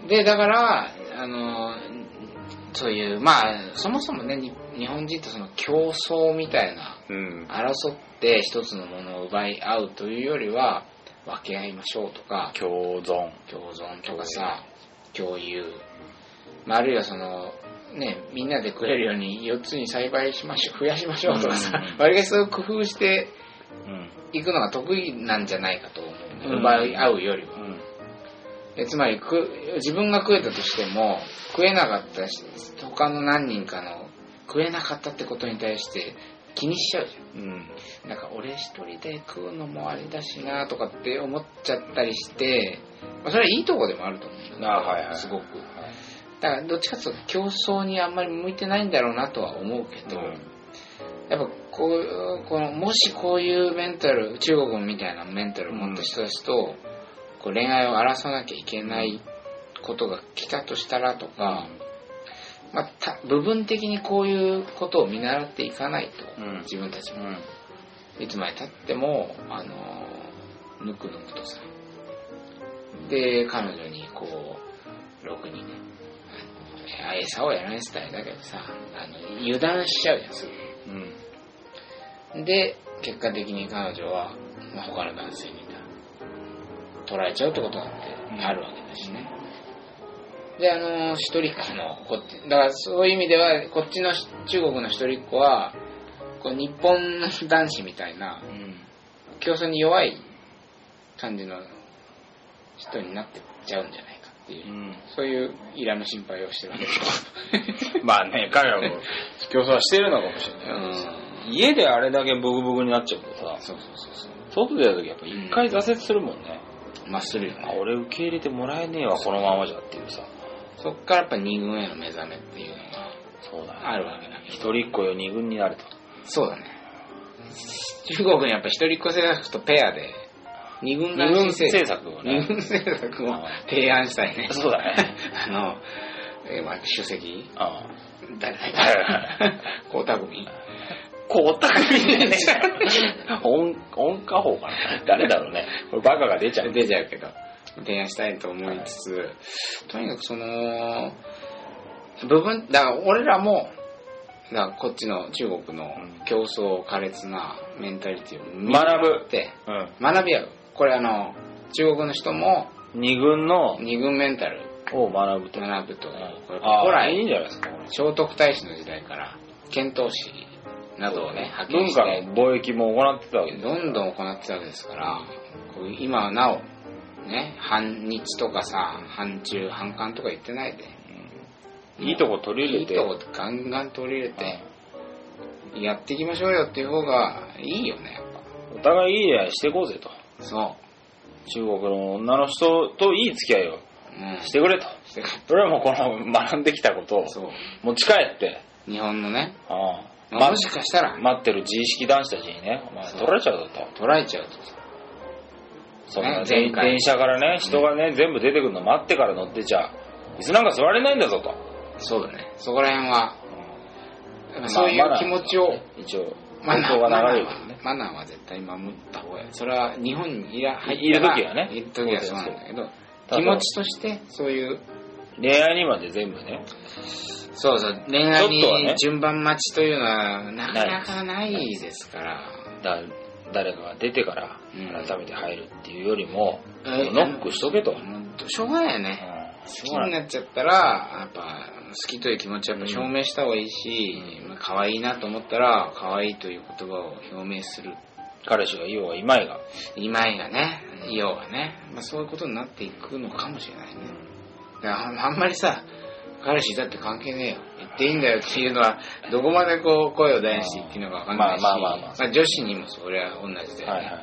と。で、だから、あの、そういう、まあ、そもそもね、に日本人ってその競争みたいな、
ーうん。
争って一つのものを奪い合うというよりは、分け合いましょうとか、
共存。
共存とかさ共有、まあ、あるいはそのねみんなで食えるように4つに栽培しましょう増やしましょうとかさ
うんうんうん
割りかしそういう工夫して
うん。
いくのが得意なんじゃないかと思う、ね
うん
奪い合うよりは
うん。
でつまりく自分が食えたとしても食えなかったし他の何人かの食えなかったってことに対して気にしちゃうじゃん
うん。
なんか俺一人で食うのもあれだしなとかって思っちゃったりして、まあ、それはいいとこでもあると思うんだけど
あはいはい
すごくだからどっちかっていうと競争にあんまり向いてないんだろうなとは思うけど、やっぱこういうこのもしこういうメンタル中国みたいなメンタルを持った人たちと、こう恋愛を争わなきゃいけないことが来たとしたらとか、まあ、た部分的にこういうことを見習っていかないと、
うん
自分たちも
う。ん。
いつまでたっても、あのーぬくぬくとさ。で、彼女にこう、ろくにね、あの餌をやられてたりだけどさ、あの、油断しちゃうやつ
うん。
で、結果的に彼女は、まあ、他の男性に取られちゃうってことだってあるわけだしね。で、あのー一人っ子の、こっち、だからそういう意味では、こっちのし中国の一人っ子は、こう日本の男子みたいな、
うん。
競争に弱い感じの人になってっちゃうんじゃないかっていう、
うん。
そういうイラの心配をしてるわけです
まあね、彼らも競争はしてるのかもしれ
う
ないけどさ。
ん
家であれだけブグブグになっちゃうとさ、
そうそうそうそ
外出た時やっぱ一回挫折するもんね。
うまあするよ
あ
ね
俺受け入れてもらえねえわ、このままじゃっていうさ。
そっからやっぱ二軍への目覚めっていうのが
そうだね。
あるわけだけど
一人っ子よ二軍になると。
そうだね中国にやっぱ一人っ子政策とペアで二軍
二
男子
軍
政
政
策
策を
二
ね。
軍政策を提案したいね
そうだね。
あの、えーまあ、主席
ああ。
誰だっ
はいはい
け江沢民
こうたくみね え。音、音歌法かな。誰だろうね。これバカが出ちゃう。
出ちゃうけど提案したいと思いつつ、とにかくその部分だから俺らもだからこっちの中国の
うん
競争苛烈なメンタリティを見
学
て
うん。
学び合うこれあの中国の人も
二軍の、
二軍メンタル
を学ぶと。
学ぶというこれ
ああ
古
いいん
来
じゃないですか、これ
聖徳太子の時代から遣唐使などをね派遣
文
し
化
て
の貿易も行ってたわけですよ。
どんどん行ってたわけですから、こう今はなお、ね、反日とかさ、反中、反韓とか言ってないで、
いいとこ取り入
い
れ
い
て。
とこガンガン取り入れて、やっていきましょうよっていう方がいいよね、やっ
お互いいい出会いしていこうぜと。
ぱ。そ
中国の女の人といい付き合いを
う。うん。
してくれと。
して
それはもうこの学んできたことを
そう。
持ち帰って、
日本のね、
ああ
まあ
ま
もしかしたら、
待ってる自意識男子たちにね、お前取られちゃうぞと。
捉えちゃうとさ、
そんな
ね前
電
回
電車からね、人がね、全部出てくるの待ってから乗ってちゃ、椅子なんか座れないんだぞと。
そうだね。そこら辺は、やっぱそうい
まあ
う
まだ
気持ちを
一応、
マナー
放送
マ
が
ナ
流
ー
れるけど
は
ね
マナーは絶対守った方がいいそれは日本にいら入
いる
ったら
時はね
いる時はそうなんだけど
ただ
気持ちとしてそういう
恋愛にまで全部ね
そうそう恋愛
ちょっとはね
に順番待ちというのはなかなかないいですから
だ誰かが出てから
うん
改めて入るっていうよりも、
えー
ノックしとけと、うん
もうしょうがないよね好きになっちゃったらやっぱ好きという気持ちをやっぱ証明した方がいいし、まあ可愛いなと思ったら可愛いという言葉を表明する
彼氏がいようがいまいが
今井がね、いようがね、まあ、そういうことになっていくのかもしれないね。だからあんあんまりさ、彼氏だって関係ねえよ。言っていいんだよっていうのは、どこまでこう声を大にして言っていいのかわかんないし、
まあまあまあまあ
女子にもそれは同じで、
はいはいはい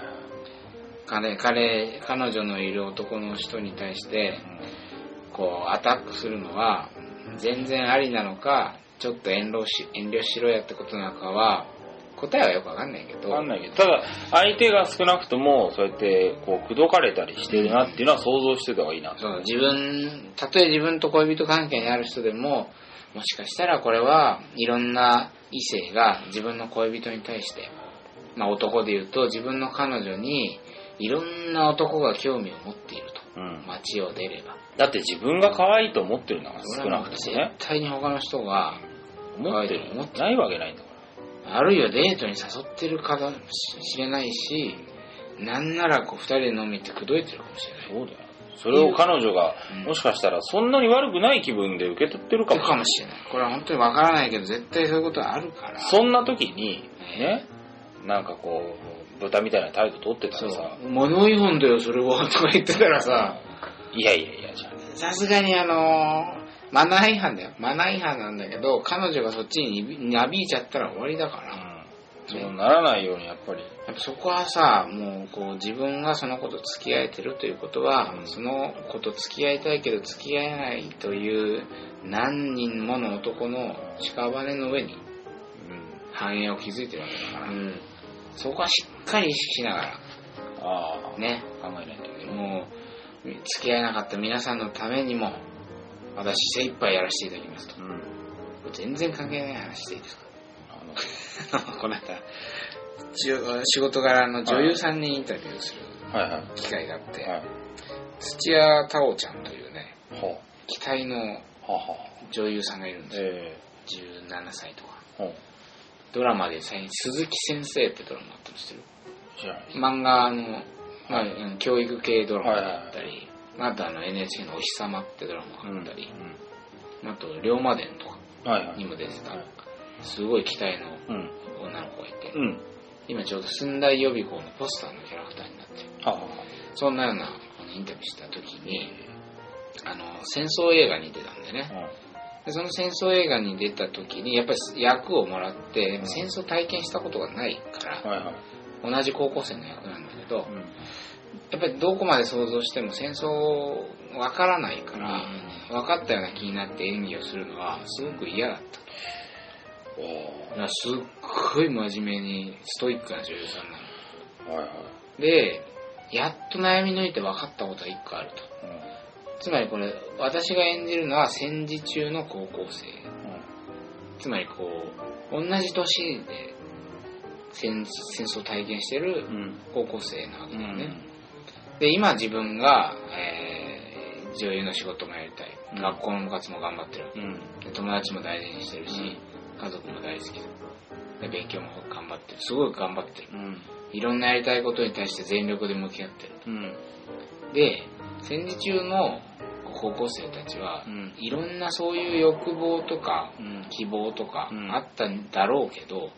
彼彼、彼女のいる男の人に対して、こう、アタックするのは、全然ありなのか、ちょっと遠慮し、遠慮しろやってことなのかは、答えはよくわかんないけど、
わかんないけど、ただ、相手が少なくとも、そうやって、こう、口説かれたりしてるなっていうのは想像してた方がいいな。
その自分、たとえ自分と恋人関係にある人でも、もしかしたらこれはいろんな異性が自分の恋人に対して、まあ男で言うと自分の彼女にいろんな男が興味を持っていると。
うん。
街を出れば。
だって自分が可愛いと思ってるんだから、少なくとも
絶
ね。
対に他の人が、
思って
可愛い
る
と思って
ないわけないんだから。
あるいはデートに誘ってるかもしれないし、なんならこう二人で飲みって口説いてるかもしれない。
そうだよ。それを彼女が、
うん
もしかしたら、そんなに悪くない気分で受け取ってるかも
かもしれない。これは本当にわからないけど、絶対そういうことはあるから。
そんな時に、ね、なんかこう、豚みたいな態度取ってた
そ
らさ、
う。物違反だよ、それは。とか言ってたらさ、
いやいやいや、じゃあ
さすがにあのーマナー違反だよ。マナー違反なんだけど、彼女がそっちになびいちゃったら終わりだから。
うん。そうならないように、やっぱり。
やっぱそこはさ、もうこう自分がその子と付き合えてるということは、
うん
その子と付き合いたいけど付き合えないという何人もの男の屍の上に
うん。
繁栄を築いてるわけだから、
うん。
そこはしっかり意識しなが
ああ
ら、。ね、
考えないんだけど。
もう、付き合えなかった皆さんのためにも、私精一杯やらせていただきますと。
うん。
全然関係ない話でいいですか この間、じゅ仕事柄の女優さんにインタビューする
はいはい。
機会があって、
はい。
土屋太鳳ちゃんというね、
ほ
期待の
う。はは。
女優さんがいるんですよ。
え
17歳とか。
ー、ほう。
ドラマで最近、鈴木先生ってドラマあったりしてる。
知らないです。
漫画の、まあ、うん教育系ドラマだった
は
り、まああとあの NHK のお日様ってドラマがあったり、
う
あと、龍馬伝とか
ん。はいは
に
い。
も出てた
はい、
すごい期待の
うん。
女の子がいて、
うん。
今ちょうど寸大予備校のポスターのキャラクターになってる。
はは。
そんなようなあのインタビューした時に、あの、戦争映画に出たんでね。でその戦争映画に出た時に、やっぱり役をもらって、戦争体験したことがないから、
はいはい。
同じ高校生の役なんだけど、
うん。
やっぱりどこまで想像しても戦争わからないから、分かったような気になって演技をするのはすごく嫌だった。
お
だからすっごい真面目にストイックな女優さんなの。
ーはいはい。
で、やっと悩み抜いて分かったことが一個あると。つまりこれ、私が演じるのは戦時中の高校生。つまりこう、同じ年で戦戦争を体験してる
うん。うん。
高校生なわけ
う
だよ
ん。
ね。で今自分が、えー女優の仕事もやりたい、
うん
学校の部活も頑張ってる
うん。
で友達も大事にしてるし、家族も大好きだで勉強も頑張ってるすごい頑張ってる
うん。
いろんなやりたいことに対して全力で向き合ってる
うん。
で戦時中の高校生たちは、
うん
いろんなそういう欲望とか
うん。
希望とか
うん
あったんだろうけど、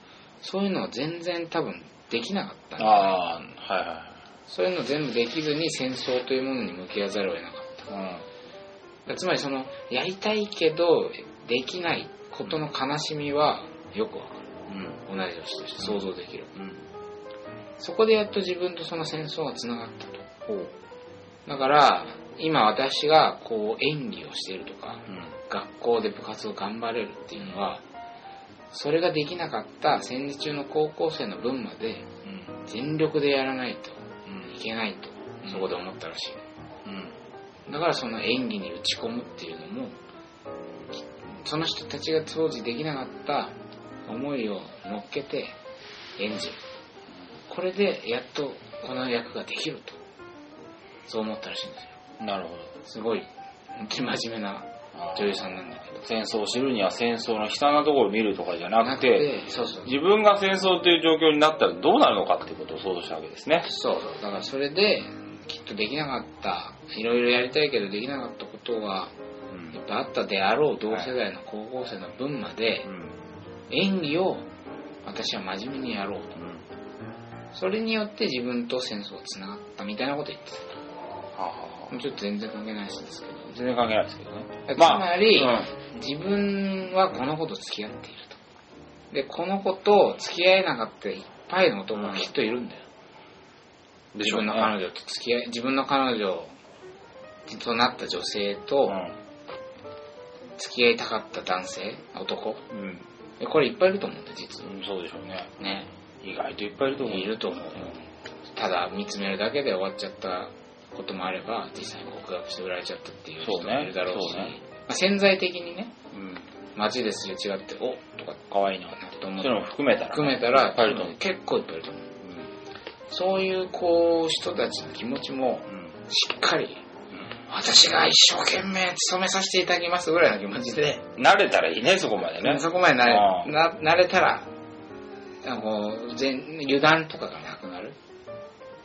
そういうのを全然多分できなかったん
あ
だよね
あ、は
そういうの全部できずに戦争というものに向き合わざるを得なかった
いはい。
つまりそのやりたいけどできないことの悲しみはよくわかる
うん。
同じ年として想像できる、
うん。うん。
そこでやっと自分とその戦争がつながったと
ほう。
だから今私がこう演技をしているとか学校で部活を頑張れるっていうのはそれができなかった戦時中の高校生の分まで
うん。
全力でやらないと
うん
いけないと
うん
そこで思ったらしい、
うん。
だからその演技に打ち込むっていうのもきその人たちが当時できなかった思いを乗っけてエンジンこれでやっとこの役ができるとそう思ったらしいんですよ
なるほど
すごい本当に真面目な女優さんなんだけど
戦争を知るには戦争の悲惨なところを見るとかじゃなくて
そうそう
自分が戦争という状況になったらどうなるのかってことを想像したわけですね
そうそうだからそれできっとできなかったいろいろやりたいけどできなかったことが
うん
いっぱいあったであろう同世代の高校生の分まで
うん
演技を私は真面目にやろうと
うん
それによって自分と戦争がつながったみたいなこと言って
はあはあはあ
たちょっと全然関係ない話ですけど
全然関係ないですけどね
つまり、
まあ
自分はこの子と付き合っているとでこの子と付き合えなかったいっぱいの男がきっといるんだよ、
うんでし
自
ょう
分
ね
の彼女と付き合い自分の彼女となった女性と付き合いたかった男性男
うん、うん
でこれいっぱいいると思うんだよ実は
うんそうでしょうね
ね
意外といっぱいいると思う
いると思うよただ見つめるだけで終わっちゃったこともあれば実際に告白して売られちゃったっていう人
そうね
もいるだろうし
そうね
まあ、潜在的にね
うん
街ですれ違って「おとか
かわいいな
なって思
そうういうのも含めたら
含めたら
いっぱいいると思う
結構いっぱいいると思うそういうこう人たちの気持ちも
うんうん
しっかり私が一生懸命勤めさせていただきますぐらいの気持ちで、
慣れたらいいねそこまでね
そこまでな
ああ
れな慣れたらあの全油断とかがなくなる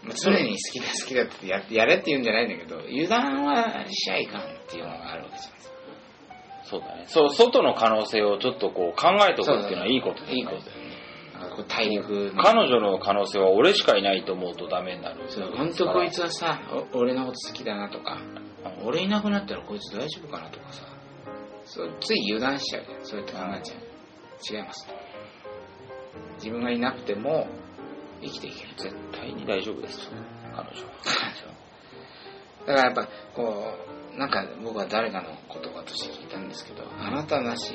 まあ常に好きだ好きだってやってやれって言うんじゃないんだけど油断はしちゃいかんっていうのがあるわけじゃないですか
そうだねそう外の可能性をちょっとこう考えておくっていうのはいいことですね
いいことだよねなんかこう体力
彼女の可能性は俺しかいないと思うとダメになる
そう本当こいつはさお俺のこと好きだなとか俺いなくなったらこいつ大丈夫かなとかさそうつい油断しちゃうじゃんそうやって考えちゃう違います自分がいなくても生きていける絶
絶対に大丈夫です彼女は
対だからやっぱこうなんか僕は誰かの言葉として聞いたんですけどあなたなし、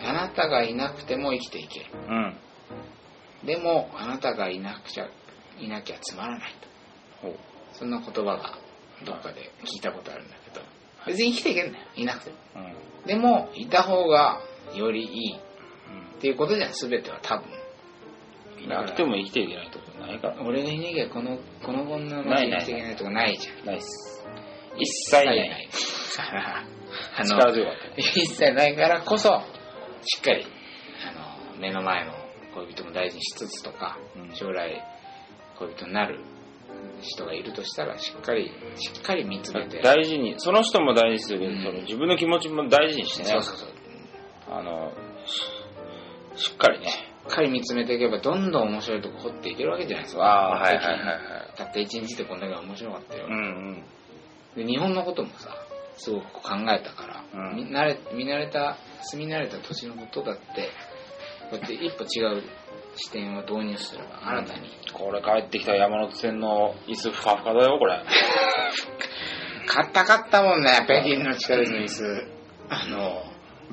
えーあなたがいなくても生きていける
うん
でもあなたがいなくちゃいなきゃつまらないと
ほう
そんな言葉がどっかで聞いたことあるんだけど別に生きていけんだよいなくても
うんうん
でもいた方がよりいいっていうことじゃん全ては多分
いなくても生きていけないってことないから
俺がいねえけこのこの女の
ない
生
ない
きていけないとかないじゃん
ないっす一切ない
いだからあ
力
の
強かったね
一切ないからこそしっかりあの目の前の恋人も大事にしつつとか、
うん
将来恋人になる人がいるとしたらしっかりしっかり見つめて
大事にその人も大事にするけど、
うん
その自分の気持ちも大事にしてね
そうそうそう
あのししっかりね
しっかり見つめていけばどんどん面白いとこ掘っていけるわけじゃないですか
ああ
本
はい
格的
はい
に
はいはい
たった一日でこんだけ面白かったよ、
うんうん
で日本のこともさすごく考えたから、
うん
み慣れ見慣れた住み慣れた土地のことだってこうやって一歩違う視点を導入すれば新たに
これ帰ってきた山手線の椅子ふかふかだよこれ
買った買ったもんね北京の地下鉄の椅子あの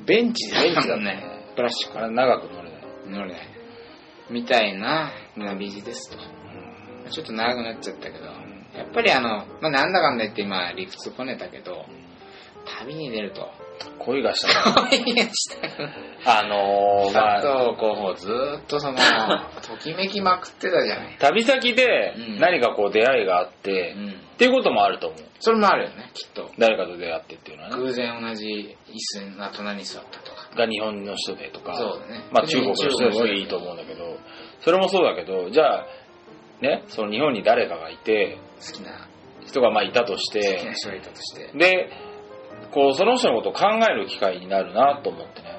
ベンチだ
ベンチ
も
だ
ん
ね
ね
プラスチックあれ長く乗れない、
乗れないみたいな胸ビジですと
うん
ちょっと長くなっちゃったけどやっぱりあの、まあ、なんだかんだ言って今理屈こねたけど旅に出ると
恋がした
恋がしたくなる
なあのー、ま
佐
あ
藤候補ずーっと そのときめきまくってたじゃない、
旅先で
うん
何かこう出会いがあって、
うん、
っていうこともあると思う
それもあるよねきっと
誰かと出会ってっていうのはね
偶然同じ椅子の隣に座ったとか
が日本の人でとか
そうだね
まあ、中国の人
中
で
国
もいいと思うんだけどそれもそうだけどじゃあねその日本に誰かがいて
好きな
人がまあいたとし
好きな
て
人がいたとして
でこうその人のことを考える機会になるなと思ってね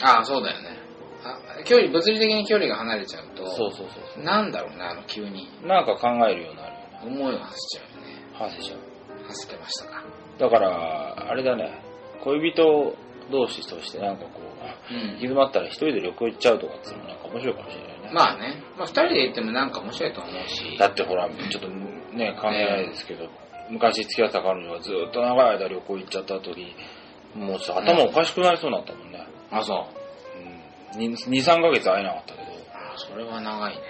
ああそうだよねあ距離物理的に距離が離れちゃうと
そうそうそう
なんだろうなあの急に
そうなんか考えるようになるよね
思いを馳せちゃうよね
ハセちゃん
馳せてましたか
だからあれだね恋人同士としてなんかこうあ
う
行き
ん
詰まったら一人で旅行行っちゃうとかっていうのもなんか面白いかもしれないね、
まあね、まあ、二人で行ってもなんか面白いと思うし
だってほら、ちょっとね、関係ないですけど、昔付き合ってた彼女がずっと長い間旅行行っちゃった後に、もうちょっと頭おかしくなりそうになったもんね。
あそう
うん。2、3ヶ月会えなかったけど、
あそれは長いね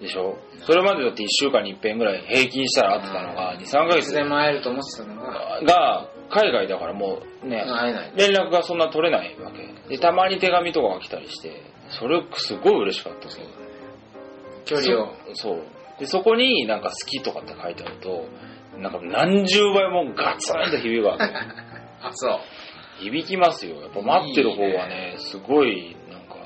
でしょそれまでだって1週間に1遍ぐらい平均したら会ってたのが、2、3ヶ
いつで
月
も会えると思ってたのが
が、海外だからもうね、
会えない
連絡がそんな取れないわけ。で、たまに手紙とかが来たりして、それすごい嬉しかったですけど、
距離を
そそうでそこになんか好きとかって書いてあるとなんか何十倍もガツンと響くわ け
あそう
響きますよやっぱ待ってる方はねすごいなんか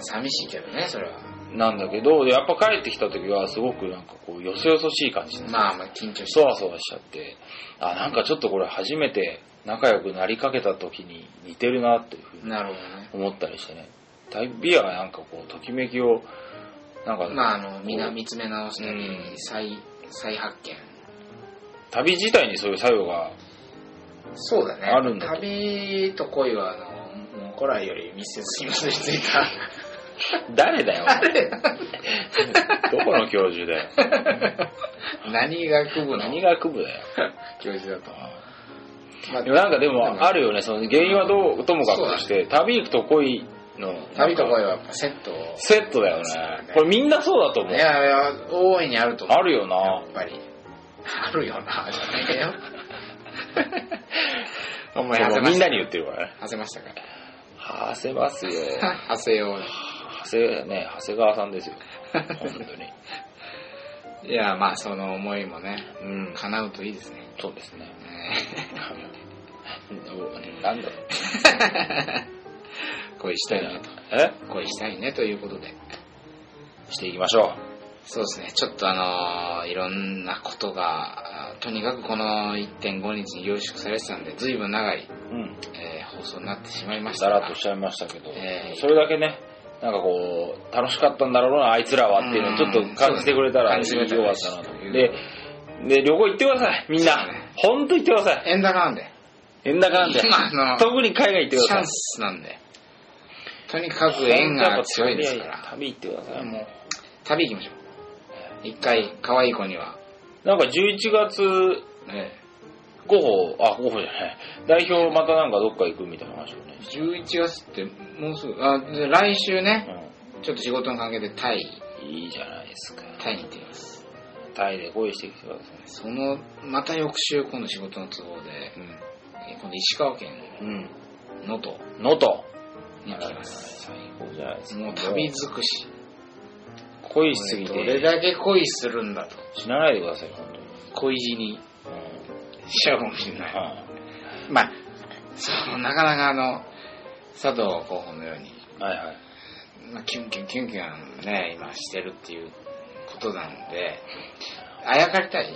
寂しいけどねそれは
なんだけどやっぱ帰ってきた時はすごくなんかこうよそよそしい感じです
まあまあ緊張して
そわそわしちゃってあなんかちょっとこれ初めて仲良くなりかけた時に似てるなっていうふうに
なるほどね
思ったりしてね旅はなんかこうときめきをなんか、
まああのみんな見つめ直したり、
うん
再再発見
旅自体にそういう作用 が
そうだね
あるんだと
旅と恋はあのもう古来より密接に結びついた
誰だよどこの教授だよ
何学部の
何学部だよ
教授だと、ま
でもなんかでもあるよねその原因はどうともかくとして、旅行くと恋のなんか
旅と恋はやっぱセットを
セットだよねこれみんなそうだと思
いうやいや大いにあると思う
あるよな
やっぱりあるよなじゃない よお前
そ
は
う
せま
みん
し
な
た
に言ってるからね
はせましたか
はせますよ
らはせよ
はせね長谷川さんです よ本当に
ういやまあその思いもね
うん
叶うといいですね
そうですね
ね
なんだろう
恋したいね
え
と恋したいねということで
していきましょ
そうですねちょっとあのーいろんなことがあとにかくこの1.5日に凝縮されてたんで随分長い、
ううん
えー放送になってしまいまし
だ
た
らっとし
し
ちゃいましたけど、
ええ
それだけねなんかこう楽しかったんだろうなあいつらはっていうのをちょっと感じてくれたら
うん
いい
そう
よ
ですね
かったなと
感じてくれ
で
たら
で旅行行ってくださいみんな
そうね
本当行ってください
円高なんで
円高なんで
今あの
特に海外行ってくだ
チ
さ
ャ
い
ンスなんでとにかく縁が強いですから
旅行ってください
もう旅行きましょう一回可愛い子には、
なんか11月
ね、
候補あ候補じゃない代表またなんかどっか行くみたいな話をね、
11月ってもうすぐあで来週ね
う
ちょっと仕事の関係でタイ
ん、いいじゃないですか
タイに行ってきます
タイで恋してきてくださ
そのまた翌週今度仕事の都合で
い
え今度石川県
うんうん
の能登
能登
に行きます
最高じゃないですか
もう旅尽くし
恋しすぎ
どれ
て
だけ恋するんだと
死なないでください本当に、
恋路に しちゃうかもしれない
は
まあ、そう、なかなかあの、佐藤候補のように、
いはいはい
まあ、キュンキュンキュンキュンね、今してるっていうことなので、あやかりたい。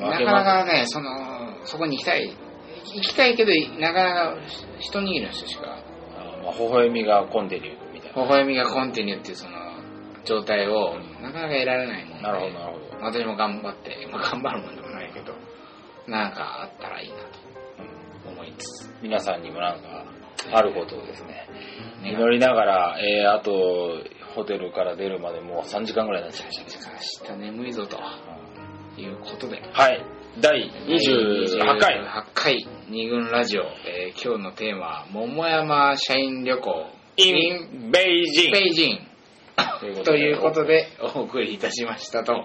なかなかね、その、そこに行きたい。行きたいけど、なかなか一握りの人しか、
あまあ微笑みが混んでるみたい
微笑みがコンティニューっていうその状態を、なかなか得られないもんで、
ななるほどなるほど
まあ私も頑張って、まあ、頑張るもんでもないけど、なんかあったらいいなと思いつつ、
皆さんにもなんかあることをですね
ね
祈りながら、えー、あとホテルから出るまでもう3時間ぐらいになっちゃいまし
明日眠いぞと。
た、
ということで、
はい第28回
8回二軍ラジオ、えー今日のテーマは、桃山社員旅行 in
in ベイジン
北京ということでお送りいたしましたと、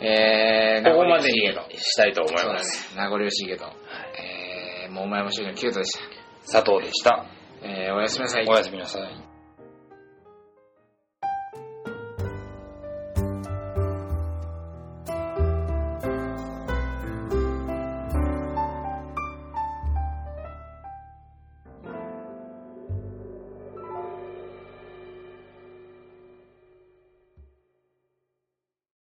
えー、
ここまで
名
に
残惜しいけど
したいと思い
そうだ
ま
ね
す、
名残惜しいけど、えー、桃山社員のキュートでし
佐藤でした
た。えーおやすみなさい。
おやすみなさい